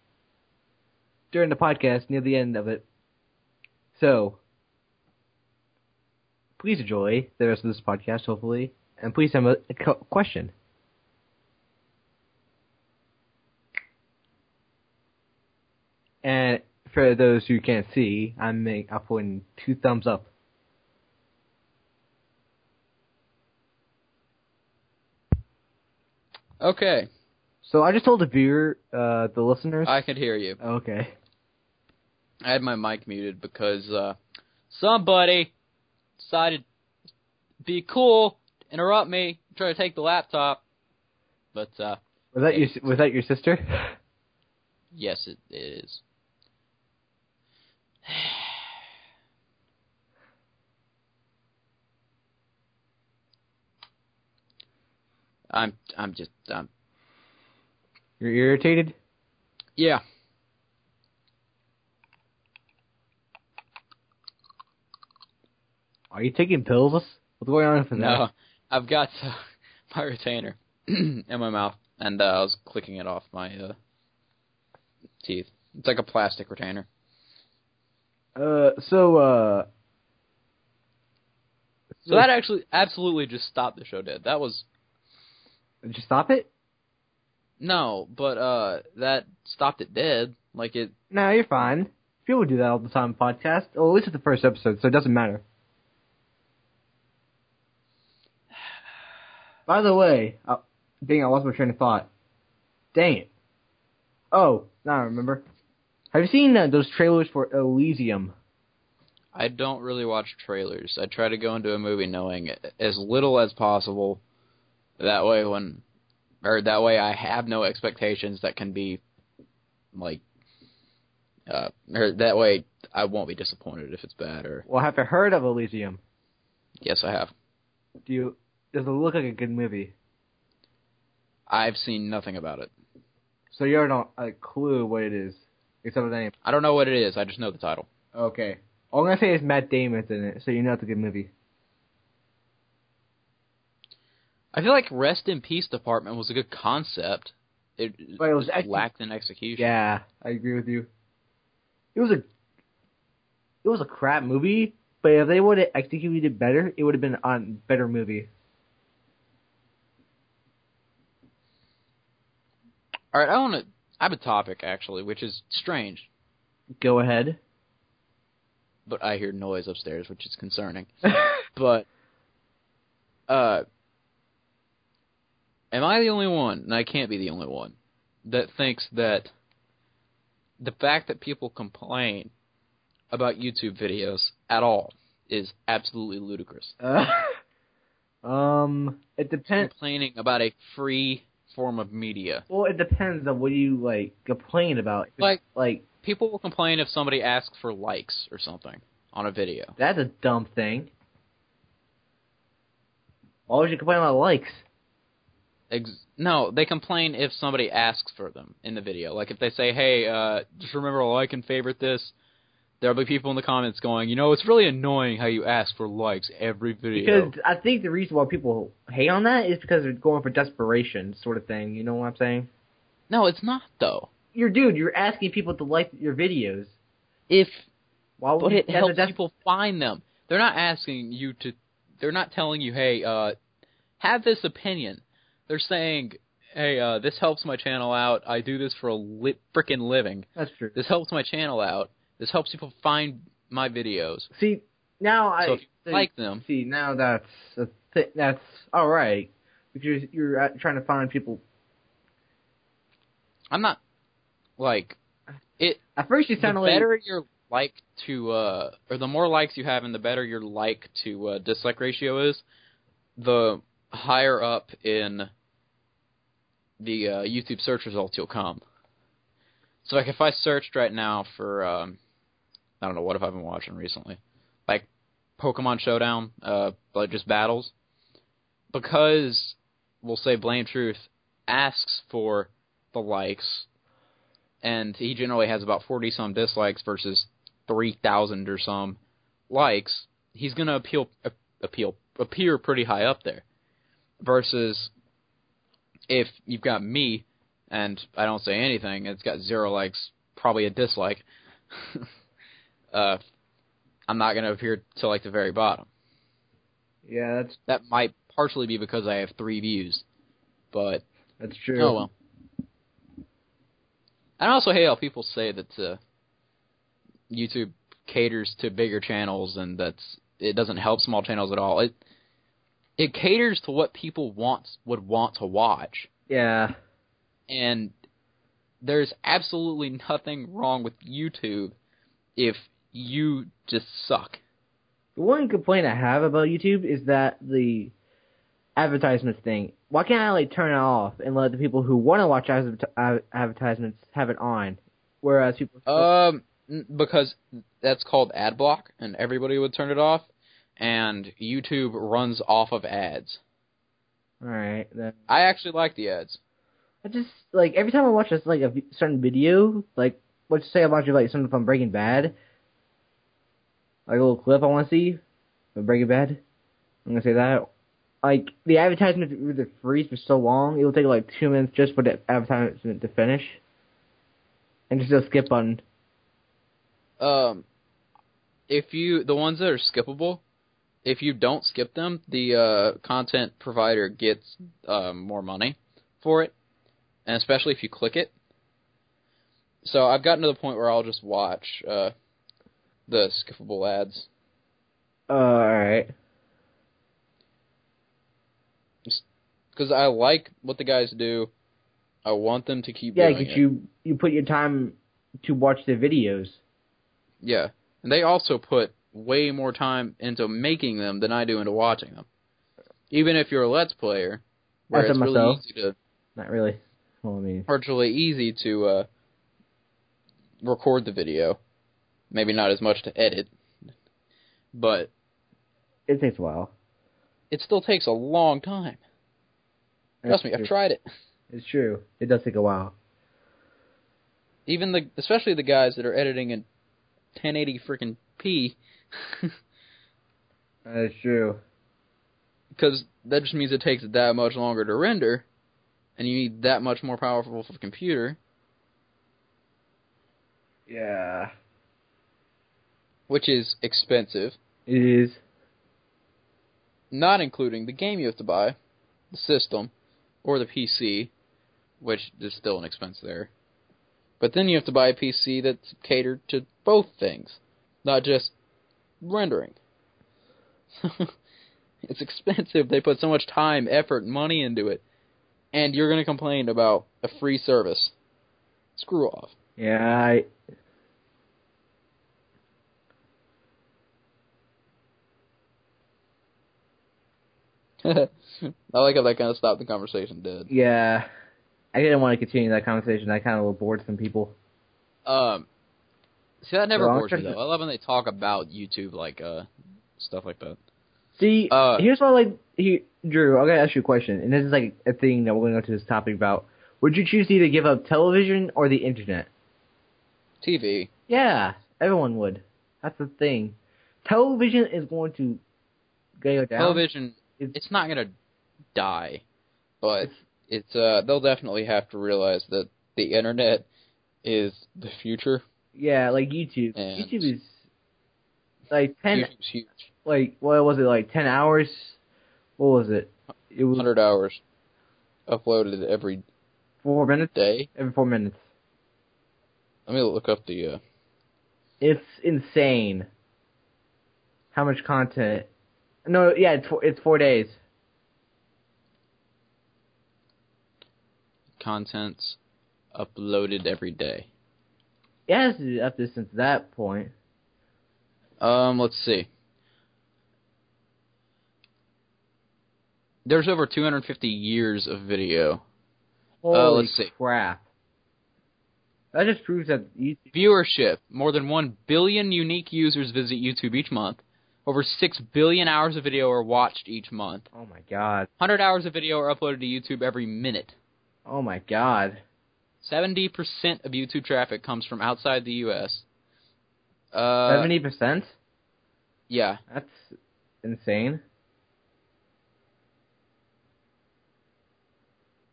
Speaker 2: during the podcast near the end of it. So, please enjoy the rest of this podcast, hopefully, and please send a, a co- question. And for those who can't see, I'm make, I'm putting two thumbs up.
Speaker 1: Okay,
Speaker 2: So I just told the viewer, uh, the listeners.
Speaker 1: I could hear you.
Speaker 2: okay.
Speaker 1: I had my mic muted because uh, somebody decided to be cool, interrupt me, try to take the laptop. But uh,
Speaker 2: Was that your Was that your sister?
Speaker 1: yes, it, it is. I'm I'm just um
Speaker 2: You're irritated.
Speaker 1: yeah.
Speaker 2: Are you taking pills? What's going on from
Speaker 1: No, I've got uh, my retainer in my mouth, and uh, I was clicking it off my uh, teeth. It's like a plastic retainer.
Speaker 2: there? Uh, so uh.
Speaker 1: So that actually absolutely just stopped the show dead. That was
Speaker 2: Did you stop it?
Speaker 1: no, but uh, that stopped it dead. Like it.
Speaker 2: No, you're fine. People do that all the time. in Podcast. Well, at least at the first episode, so it doesn't matter. By the way, uh, dang, I lost my train of thought. Dang it. Oh, now I remember. Have you seen uh, those trailers for Elysium?
Speaker 1: I don't really watch trailers. I try to go into a movie knowing as little as possible. That way, when or that way, I have no expectations that can be like. Uh, or that way, I won't be disappointed if it's bad. Or
Speaker 2: Well, have you heard of Elysium?
Speaker 1: yes, I have.
Speaker 2: Do you? Does it look like a good movie?
Speaker 1: I've seen nothing about it.
Speaker 2: So you don't have a clue what it is, except for the name.
Speaker 1: I don't know what it is. I just know the title.
Speaker 2: Okay. All I'm gonna say is Matt Damon's in it, so you know it's a good movie.
Speaker 1: I feel like rest in peace department was a good concept. It,
Speaker 2: But it was
Speaker 1: just
Speaker 2: actually-
Speaker 1: lacked in execution.
Speaker 2: Yeah, I agree with you. It was a it was a crap movie, but if they would have executed it better, it would have been a better movie.
Speaker 1: All right, I want to. I have a topic actually, which is strange,
Speaker 2: Go ahead.
Speaker 1: but I hear noise upstairs, which is concerning. But, uh, am I the only one? And I can't be the only one that thinks that the fact that people complain about YouTube videos at all is absolutely ludicrous.
Speaker 2: Uh, um, it depends.
Speaker 1: Complaining about a free form of media.
Speaker 2: Well, it depends on what you like complain about.
Speaker 1: Like-
Speaker 2: like
Speaker 1: People will complain if somebody asks for likes or something on a video.
Speaker 2: that's a dumb thing. Why would you complain about likes?
Speaker 1: Ex- no, they complain if somebody asks for them in the video. Like if they say, "Hey, uh, just remember to like and favorite this," there'll be people in the comments going, "You know, it's really annoying how you ask for likes every video."
Speaker 2: Because I think the reason why people hate on that is because they're going for desperation sort of thing. You know what I'm saying?
Speaker 1: no, it's not though.
Speaker 2: You're dude. You're asking people to like your videos.
Speaker 1: If
Speaker 2: Why would
Speaker 1: but
Speaker 2: you,
Speaker 1: it
Speaker 2: Oh, that's a
Speaker 1: helps
Speaker 2: des-
Speaker 1: people find them. They're not asking you to. They're not telling you, "Hey, uh, have this opinion." They're saying, "Hey, uh, this helps my channel out. I do this for a li- freaking living.
Speaker 2: That's true.
Speaker 1: This helps my channel out. This helps people find my videos."
Speaker 2: See now I
Speaker 1: So if you
Speaker 2: see-
Speaker 1: like them-
Speaker 2: See now that's a th- that's all right because you're, you're out trying to find people.
Speaker 1: I'm not like
Speaker 2: At first you
Speaker 1: the
Speaker 2: sounded like
Speaker 1: better your like to uh or the more likes you have and the better your like to uh, dislike ratio is, the higher up in the uh, YouTube search results you'll come. So like if I searched right now for um I don't know what have I been watching recently, like Pokemon Showdown, uh like just battles, because we'll say Blame Truth asks for the likes and he generally has about 40 some dislikes versus 3,000 or some likes, he's going to appeal a- appeal appear pretty high up there. Versus if you've got me and I don't say anything, it's got zero likes, probably a dislike. uh, I'm not going to appear to like the very bottom.
Speaker 2: yeah that's
Speaker 1: That might partially be because I have three views, but
Speaker 2: that's true.
Speaker 1: Oh well. And I also hate how people say that uh, YouTube caters to bigger channels and that's it doesn't help small channels at all. It it caters to what people want would want to watch,
Speaker 2: yeah
Speaker 1: and there's absolutely nothing wrong with YouTube if you just suck.
Speaker 2: the one complaint I have about YouTube is that the advertisements thing. Why can't I like turn it off and let the people who want to watch adver- ad- advertisements have it on, whereas people
Speaker 1: Um, n- because that's called ad block, and everybody would turn it off, and YouTube runs off of ads.
Speaker 2: all right then.
Speaker 1: I actually like the ads.
Speaker 2: I just like every time I watch this like a v- certain video, like let's say I watch like something from Breaking Bad, like a little clip I want to see from Breaking Bad. I'm gonna say that. Like the advertisement would would freeze for so long, it will take like two minutes just for the advertisement to finish, and just a skip button.
Speaker 1: Um, if you the ones that are skippable, if you don't skip them, the uh, content provider gets um, more money for it, and especially if you click it. So I've gotten to the point where I'll just watch uh, the skippable ads.
Speaker 2: Uh, all right.
Speaker 1: because I like what the guys do. I want them to keep
Speaker 2: Yeah,
Speaker 1: doing
Speaker 2: because
Speaker 1: it.
Speaker 2: you you put your time to watch the videos.
Speaker 1: Yeah, and they also put way more time into making them than I do into watching them. Even if you're a Let's Player, where
Speaker 2: As a
Speaker 1: it's really
Speaker 2: myself.
Speaker 1: easy to
Speaker 2: Not really. Well, I mean,
Speaker 1: virtually easy to uh, record the video. Maybe not as much to edit, but
Speaker 2: it takes a while.
Speaker 1: it still takes a long time. Trust me, I've tried it.
Speaker 2: It's true. It does take a while.
Speaker 1: Even the, especially the guys that are editing in 1080 freaking p,
Speaker 2: That's true.
Speaker 1: because that just means it takes that much longer to render, and you need that much more powerful of a computer,
Speaker 2: Yeah.
Speaker 1: which is expensive,
Speaker 2: It is.
Speaker 1: not including the game you have to buy, the system, or the PC, which is still an expense there. But then you have to buy a PC that's catered to both things, not just rendering. it's expensive. They put so much time, effort, and money into it. And you're going to complain about a free service. Screw off.
Speaker 2: Yeah, I.
Speaker 1: I like how that kind of stopped the conversation, did.
Speaker 2: Yeah. I didn't want to continue that conversation. I kind of bored some people.
Speaker 1: Um, see, that never
Speaker 2: Well, I'm
Speaker 1: bores me,
Speaker 2: trying
Speaker 1: though.
Speaker 2: to-
Speaker 1: I love when they talk about YouTube, like, uh, stuff like that.
Speaker 2: See,
Speaker 1: Uh,
Speaker 2: here's what I like. He, Drew, I gotta ask you a question, and this is like a thing that we're gonna go to this topic about. Would you choose to either give up television or the internet?
Speaker 1: TV.
Speaker 2: Yeah, everyone would. That's the thing. Television is going to go down.
Speaker 1: Television,
Speaker 2: It's-
Speaker 1: it's not going to die. But it's, uh, they'll definitely have to realize that the internet is the future.
Speaker 2: Yeah, like YouTube.
Speaker 1: And-
Speaker 2: YouTube is like ten,
Speaker 1: YouTube's huge.
Speaker 2: like what was it? Like ten hours? What was it? It was
Speaker 1: 100 hours uploaded every
Speaker 2: four minutes.
Speaker 1: day.
Speaker 2: Every four minutes.
Speaker 1: Let me look up the. Uh,
Speaker 2: It's insane. How much content? No, yeah, it's four, it's four days.
Speaker 1: contents uploaded every day.
Speaker 2: Yeah, it's up to since that point.
Speaker 1: Um, let's see. There's over 250 years of video.
Speaker 2: Holy
Speaker 1: Uh, let's see.
Speaker 2: crap! That just proves that YouTube.
Speaker 1: Viewership more than 1 billion unique users visit YouTube each month. Over 6 billion hours of video are watched each month.
Speaker 2: Oh my god!
Speaker 1: 100 hours of video are uploaded to YouTube every minute.
Speaker 2: Oh my god!
Speaker 1: 70% of YouTube traffic comes from outside the U.S. Uh,
Speaker 2: Seventy percent.
Speaker 1: Yeah.
Speaker 2: That's insane.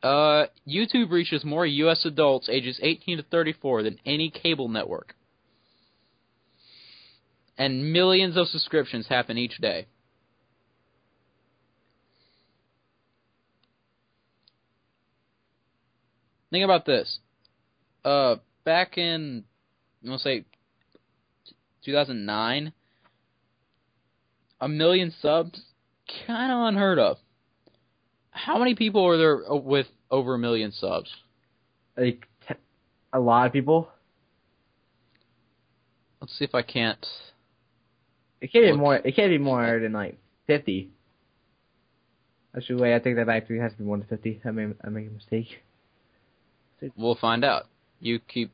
Speaker 1: Uh, YouTube reaches more U.S. adults ages 18 to 34 than any cable network. And millions of subscriptions happen each day. Think about this. Uh, back in, I want to say, 2009, a million subs, kind of unheard of. How many people are there uh, with over a million subs?
Speaker 2: Like te- a lot of people.
Speaker 1: Let's see if I can't.
Speaker 2: It can't be
Speaker 1: Look.
Speaker 2: more. It can't be more than like fifty. Actually, wait. I take that back. It has to be more than fifty. I made. I made a mistake.
Speaker 1: We'll find out. You keep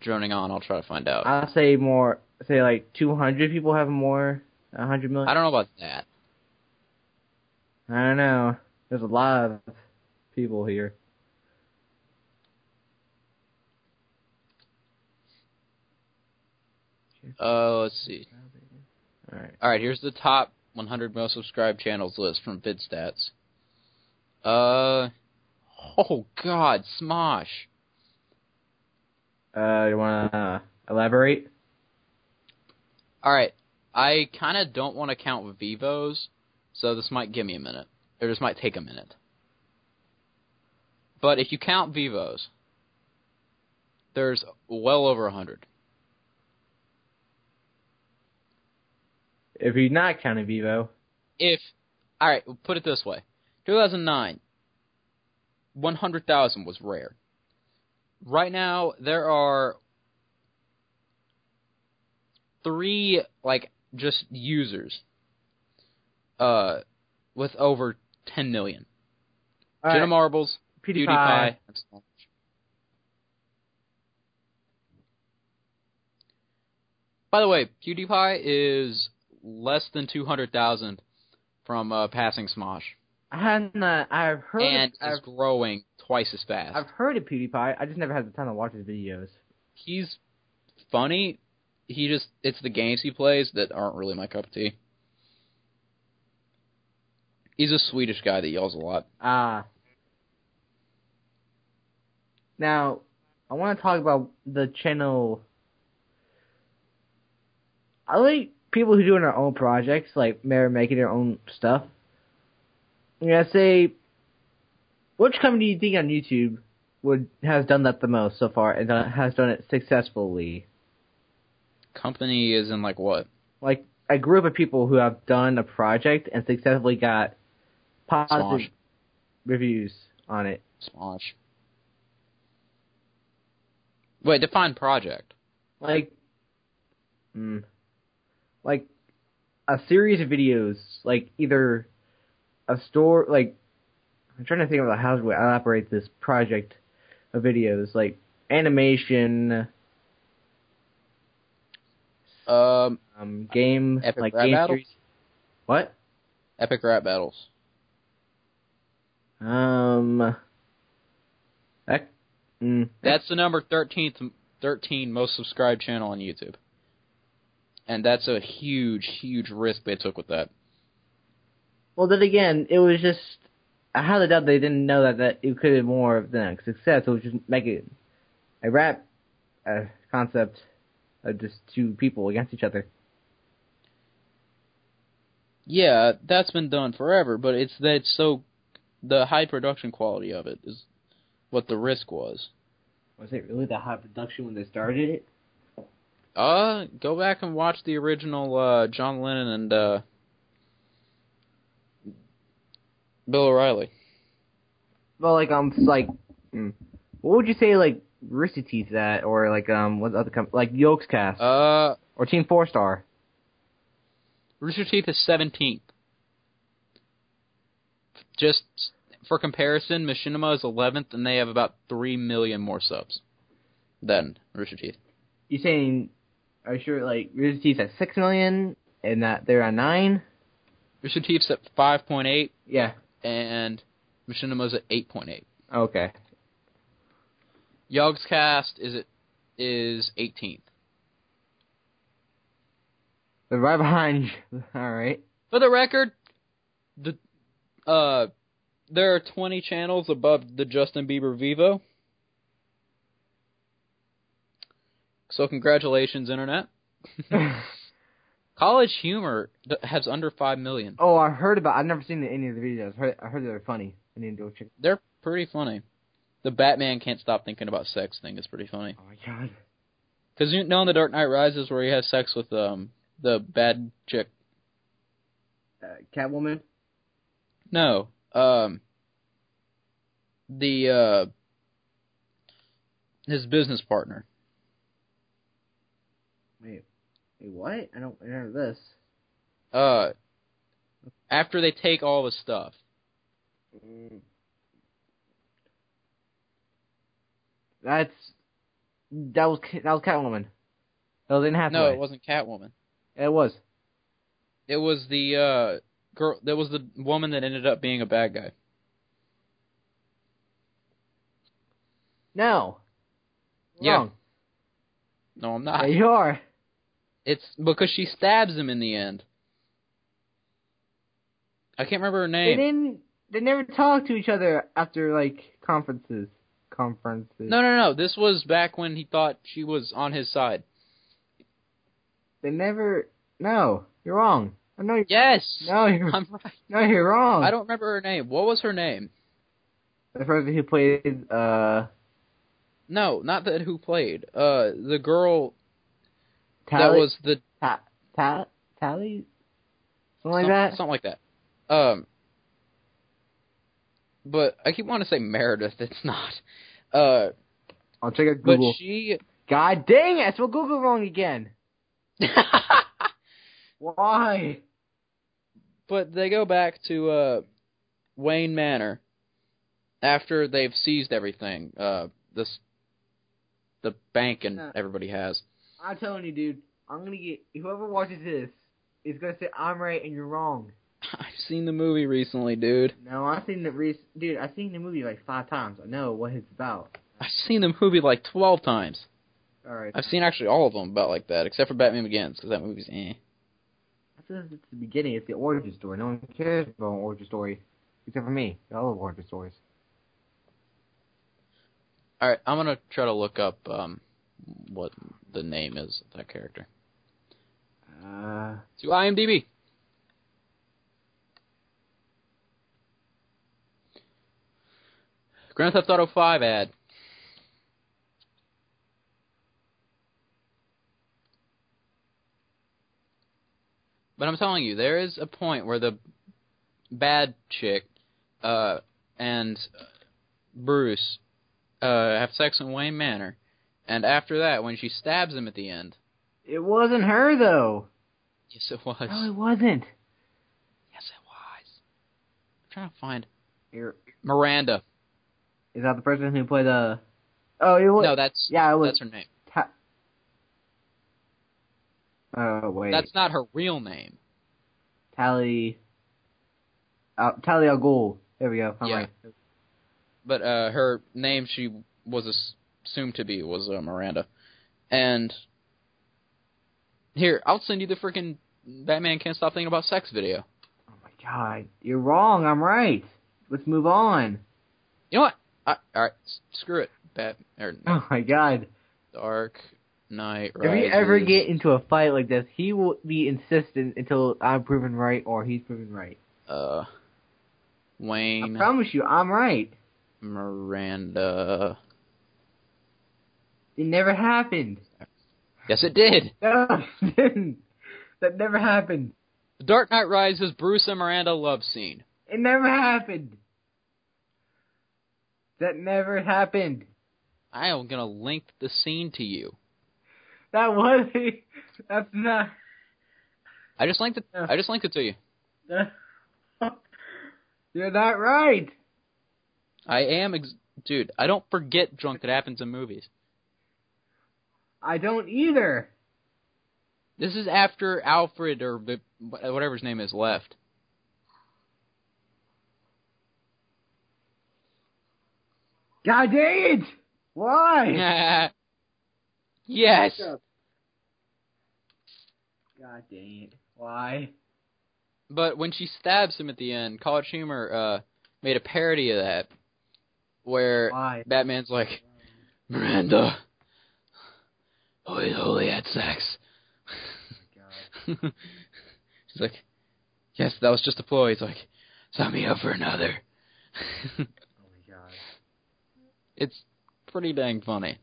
Speaker 1: droning on. I'll try to find out.
Speaker 2: I'll say more. Say like two hundred people have more. A hundred million.
Speaker 1: I don't know about that.
Speaker 2: I don't know. There's a lot of people here.
Speaker 1: Uh, let's see.
Speaker 2: All right.
Speaker 1: All right, here's the top 100 most subscribed channels list from VidStats. Uh, oh God, Smosh.
Speaker 2: Uh, you want to uh, elaborate?
Speaker 1: All right, I kind of don't want to count Vivos, so this might give me a minute, or this might take a minute. But if you count Vivos, there's well over a 100.
Speaker 2: If you're not counting Vivo,
Speaker 1: if all right, we'll put it this way: 2009, 100,000 was rare. Right now, there are three like just users uh with over 10 million.
Speaker 2: All
Speaker 1: Jenna
Speaker 2: right,
Speaker 1: Marbles,
Speaker 2: PewDiePie.
Speaker 1: PewDiePie. and Smosh. By the way, PewDiePie is less than 200,000 from uh, passing Smosh.
Speaker 2: I hadn't. Uh, I've heard.
Speaker 1: And
Speaker 2: I've,
Speaker 1: is growing twice as fast.
Speaker 2: I've heard of PewDiePie. I just never had the time to watch his videos.
Speaker 1: He's funny. He just, it's the games he plays that aren't really my cup of tea. He's a Swedish guy that yells a lot.
Speaker 2: Ah. now, I want to talk about the channel. I like people who doing their own projects, like they're making their own stuff. I'm gonna say, which company do you think on YouTube would has done that the most so far and done, has done it successfully?
Speaker 1: Company is in like what?
Speaker 2: Like a group of people who have done a project and successfully got positive
Speaker 1: Smosh.
Speaker 2: reviews on it.
Speaker 1: Smosh. Wait, define project.
Speaker 2: like mm, like a series of videos like either a store like i'm trying to think about how to elaborate this project of videos like animation
Speaker 1: Um,
Speaker 2: um game
Speaker 1: Epic
Speaker 2: like
Speaker 1: Rap
Speaker 2: game
Speaker 1: Battle?
Speaker 2: series what
Speaker 1: epic rap battles.
Speaker 2: um that, mm,
Speaker 1: That's the number 13th, 13 most subscribed channel on YouTube. And that's a huge, huge risk they took with that.
Speaker 2: well then again it was just i had a doubt they didn't know that that it could have more than a success it was just make it a rap uh, concept of just two people against each other.
Speaker 1: Yeah, that's been done forever, but it's that it's so the high production quality of it is what the risk was.
Speaker 2: Was it really that high production when they started it?
Speaker 1: Uh, go back and watch the original uh, John Lennon and uh, Bill O'Reilly.
Speaker 2: Well, like um, like, mm, what would you say like Rooster Teeth that, or like um, what other company like Yolkscast Cast
Speaker 1: Uh,
Speaker 2: or Team Four Star?
Speaker 1: Rooster Teeth is 17th. Just for comparison, Machinima is 11th, and they have about 3 million more subs than Rooster Teeth.
Speaker 2: You saying? Are you sure like Rooster Teeth's at six million and that they're at nine?
Speaker 1: Rooster Teeth's at 5.8,
Speaker 2: Yeah.
Speaker 1: and Machinima's at 8.8.
Speaker 2: Okay.
Speaker 1: Yogg's cast is it is 18th.
Speaker 2: They're right behind. You. All right.
Speaker 1: For the record, the uh there are 20 channels above the Justin Bieber Vivo. So congratulations, internet. College humor th- has under five million.
Speaker 2: oh, I heard about. I've never seen any of the videos. I heard, I heard they're funny. I need to go check.
Speaker 1: They're pretty funny. The Batman can't stop thinking about sex thing is pretty funny.
Speaker 2: Oh my god.
Speaker 1: Because you know in The Dark Knight Rises where he has sex with um the bad chick.
Speaker 2: Uh, Catwoman.
Speaker 1: No. Um the uh his business partner.
Speaker 2: Wait. Wait, what? I don't remember this.
Speaker 1: Uh after they take all his stuff.
Speaker 2: Mm. That's that was that was Catwoman. That was in Hathaway.
Speaker 1: No, it wasn't Catwoman.
Speaker 2: It was.
Speaker 1: It was the uh girl that was the woman that ended up being a bad guy.
Speaker 2: No.
Speaker 1: Yeah.
Speaker 2: Wrong.
Speaker 1: No, I'm
Speaker 2: Yeah,
Speaker 1: not.
Speaker 2: you are.
Speaker 1: It's because she stabs him in the end. I can't remember her
Speaker 2: They
Speaker 1: name.
Speaker 2: didn't. They never talked to each other after like conferences. Conferences.
Speaker 1: No, no, no. This was back when he thought she was on his side.
Speaker 2: They never. No, you're wrong. I know. You're,
Speaker 1: Yes.
Speaker 2: No, you're.
Speaker 1: I'm right.
Speaker 2: No, you're wrong.
Speaker 1: I don't remember her name. What was her name?
Speaker 2: The person who played uh
Speaker 1: No, not that who played. Uh, the girl
Speaker 2: Tally.
Speaker 1: that was the
Speaker 2: Ta- Ta- Tally. Something like
Speaker 1: some-
Speaker 2: that.
Speaker 1: Something like that. Um, but I keep wanting to say Meredith. It's not. Uh,
Speaker 2: I'll check out
Speaker 1: but
Speaker 2: Google.
Speaker 1: she.
Speaker 2: God dang it! So Google wrong again. Why?
Speaker 1: but they go back to uh, Wayne Manor after they've seized everything. Uh, this the bank and
Speaker 2: Yeah.
Speaker 1: everybody has.
Speaker 2: I'm telling you, dude. I'm gonna get whoever watches this is gonna say I'm right and you're wrong.
Speaker 1: I've seen the movie recently, dude.
Speaker 2: No, I've seen the re- dude. I've seen the movie like five times. I know what it's about.
Speaker 1: I've seen the movie like twelve times.
Speaker 2: All right.
Speaker 1: I've seen actually all of them about like that, except for Batman Begins, because that movie's eh.
Speaker 2: I It's the beginning. It's the origin story. No one cares about an origin story, except for me. I love origin stories.
Speaker 1: All right, I'm gonna try to look up um, what the name is of that character.
Speaker 2: Uh,
Speaker 1: To IMDb. Grand Theft Auto 5 ad. But I'm telling you, there is a point where the bad chick uh, and Bruce uh, have sex in Wayne Manor, and after that, when she stabs him at the end,
Speaker 2: it wasn't her though.
Speaker 1: yes, it was.
Speaker 2: No, Oh, it wasn't.
Speaker 1: Yes, it was. I'm trying to find
Speaker 2: You're-
Speaker 1: Miranda.
Speaker 2: Is that the person who played uh? Oh, it was.
Speaker 1: No, that's
Speaker 2: yeah, it
Speaker 1: that's
Speaker 2: was.
Speaker 1: her name.
Speaker 2: Oh wait,
Speaker 1: That's not her real name.
Speaker 2: Tally. Uh, Tally Al Ghul. There we go. I'm
Speaker 1: Yeah.
Speaker 2: right.
Speaker 1: But uh, her name she was ass- assumed to be was uh, Miranda. And here, I'll send you the freaking Batman can't stop thinking about sex video.
Speaker 2: Oh my god, you're wrong. I'm right. Let's move on.
Speaker 1: You know what? I, all right, s- screw it. Bat or
Speaker 2: Oh my god.
Speaker 1: Dark Knight
Speaker 2: If
Speaker 1: Rises.
Speaker 2: we ever get into a fight like this, he will be insistent until I'm proven right or he's proven right.
Speaker 1: uh, Wayne
Speaker 2: I promise you, I'm right.
Speaker 1: Miranda.
Speaker 2: It never happened.
Speaker 1: Yes, it did.
Speaker 2: No, it didn't. That never happened.
Speaker 1: The Dark Knight Rises Bruce and Miranda love scene.
Speaker 2: It never happened. That never happened.
Speaker 1: I am gonna link the scene to you.
Speaker 2: That was That's not.
Speaker 1: I just linked it.
Speaker 2: Yeah.
Speaker 1: I just linked it to you.
Speaker 2: You're not right.
Speaker 1: I am, ex- dude. I don't forget junk that happens in movies.
Speaker 2: I don't either.
Speaker 1: This is after Alfred or the- whatever his name is left.
Speaker 2: God dang it! Why?
Speaker 1: yes.
Speaker 2: God dang it. Why?
Speaker 1: But when she stabs him at the end, College Humor uh, made a parody of that, where
Speaker 2: Why? Oh
Speaker 1: Batman's like, Miranda, we totally had sex. She's like, yes, that was just a ploy. He's like, sign me up for another.
Speaker 2: Oh my god.
Speaker 1: it's pretty dang funny.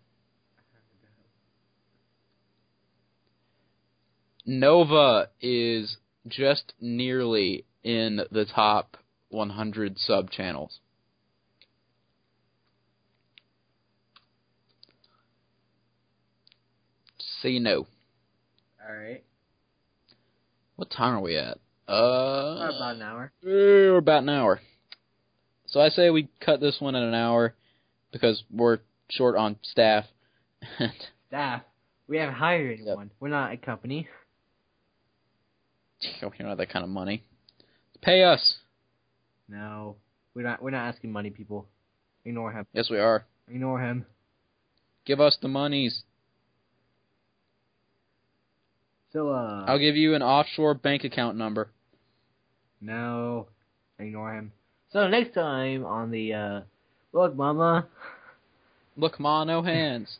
Speaker 1: Nova is just nearly in the top 100 sub channels. See no.
Speaker 2: Alright.
Speaker 1: What time are we at? Uh,
Speaker 2: about an hour.
Speaker 1: Eh, We're about an hour. So I say we cut this one at an hour because we're short on staff.
Speaker 2: Staff. We haven't hired
Speaker 1: Yep.
Speaker 2: anyone. We're not a company.
Speaker 1: we don't have that kind of money. Pay us.
Speaker 2: No. We're not we're not asking money people. Ignore him.
Speaker 1: Yes, we are.
Speaker 2: Ignore him.
Speaker 1: Give us the monies.
Speaker 2: So uh
Speaker 1: I'll give you an offshore bank account number.
Speaker 2: No. Ignore him. So next time on the uh Look Mama
Speaker 1: Look, Ma, no hands.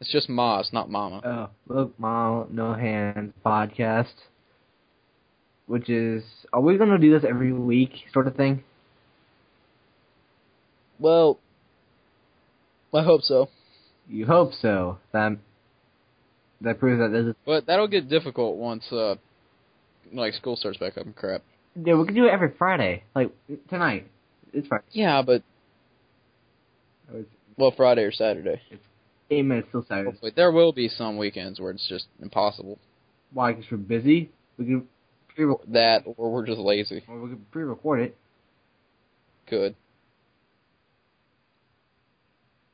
Speaker 1: it's just Ma's, not Mama.
Speaker 2: Oh, Look Mom No Hands podcast. Which is are we gonna do this every week sort of thing?
Speaker 1: Well, I hope so.
Speaker 2: You hope so. That that proves that this is
Speaker 1: But that'll get difficult once, uh, like, school starts back up and crap.
Speaker 2: Yeah, we can do it every Friday. Like tonight. It's Friday.
Speaker 1: Yeah, but,
Speaker 2: Oh, It's
Speaker 1: well, Friday or Saturday.
Speaker 2: eight minutes till Saturday.
Speaker 1: Hopefully, there will be some weekends where it's just impossible.
Speaker 2: Why? Because we're busy. We can pre or
Speaker 1: That, or we're just lazy.
Speaker 2: we can pre-record it.
Speaker 1: Good.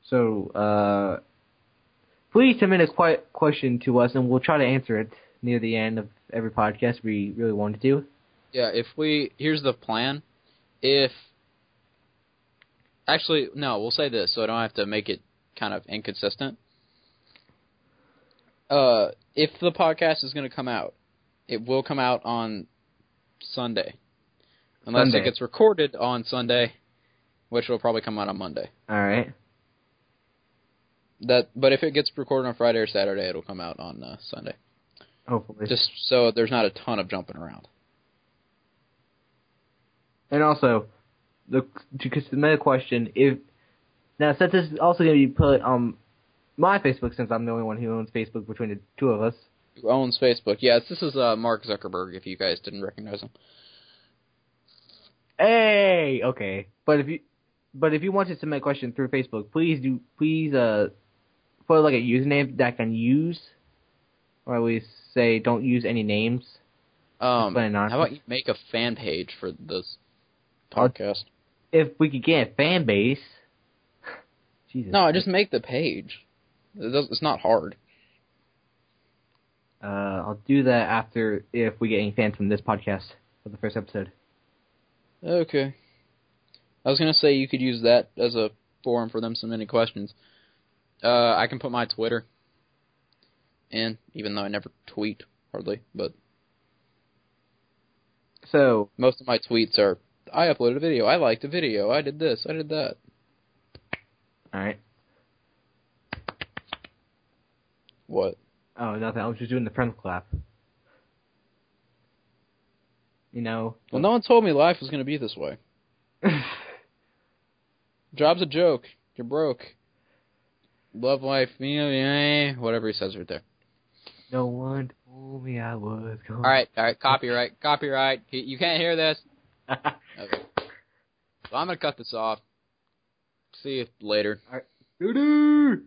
Speaker 2: So, uh, please submit a qui- question to us, and we'll try to answer it near the end of every podcast. We really wanted to.
Speaker 1: Yeah, if we here's the plan. If actually no, we'll say this so I don't have to make it kind of inconsistent. Uh, if the podcast is going to come out It will come out on Sunday, unless
Speaker 2: Sunday.
Speaker 1: it gets recorded on Sunday, which will probably come out on Monday.
Speaker 2: All right.
Speaker 1: That, but if it gets recorded on Friday or Saturday, it'll come out on uh, Sunday.
Speaker 2: Hopefully.
Speaker 1: Just so there's not a ton of jumping around.
Speaker 2: And also, the to submit a question, if now since this is also going to be put on my Facebook, since I'm the only one who owns Facebook between the two of us.
Speaker 1: Who owns Facebook? Yes, this is uh, Mark Zuckerberg. If you guys didn't recognize him,
Speaker 2: Hey, okay. But if you, but if you want to submit a question through Facebook, please do. Please uh, put like a username that I can use, or we say don't use any names.
Speaker 1: um,
Speaker 2: Explain
Speaker 1: how
Speaker 2: not.
Speaker 1: about you make a fan page for this podcast?
Speaker 2: If we could get a fan base. Jesus.
Speaker 1: No, just make the page. It does, it's not hard.
Speaker 2: Uh, I'll do that after if we get any fans from this podcast for the first episode.
Speaker 1: Okay. I was gonna say you could use that as a forum for them submitting questions. Uh, I can put my Twitter in, even though I never tweet hardly, but
Speaker 2: So
Speaker 1: most of my tweets are I uploaded a video, I liked a video, I did this, I did that.
Speaker 2: All right.
Speaker 1: What?
Speaker 2: Oh, nothing. I was just doing the friend clap. You know.
Speaker 1: Well, no one told me life was gonna be this way. Job's a joke. You're broke. Love life, yeah, yeah, whatever he says right there.
Speaker 2: no one told me I was going.
Speaker 1: All right, all right, copyright, copyright. You- You can't hear this. Okay. So I'm gonna cut this off. See you later.
Speaker 2: Doo-doo!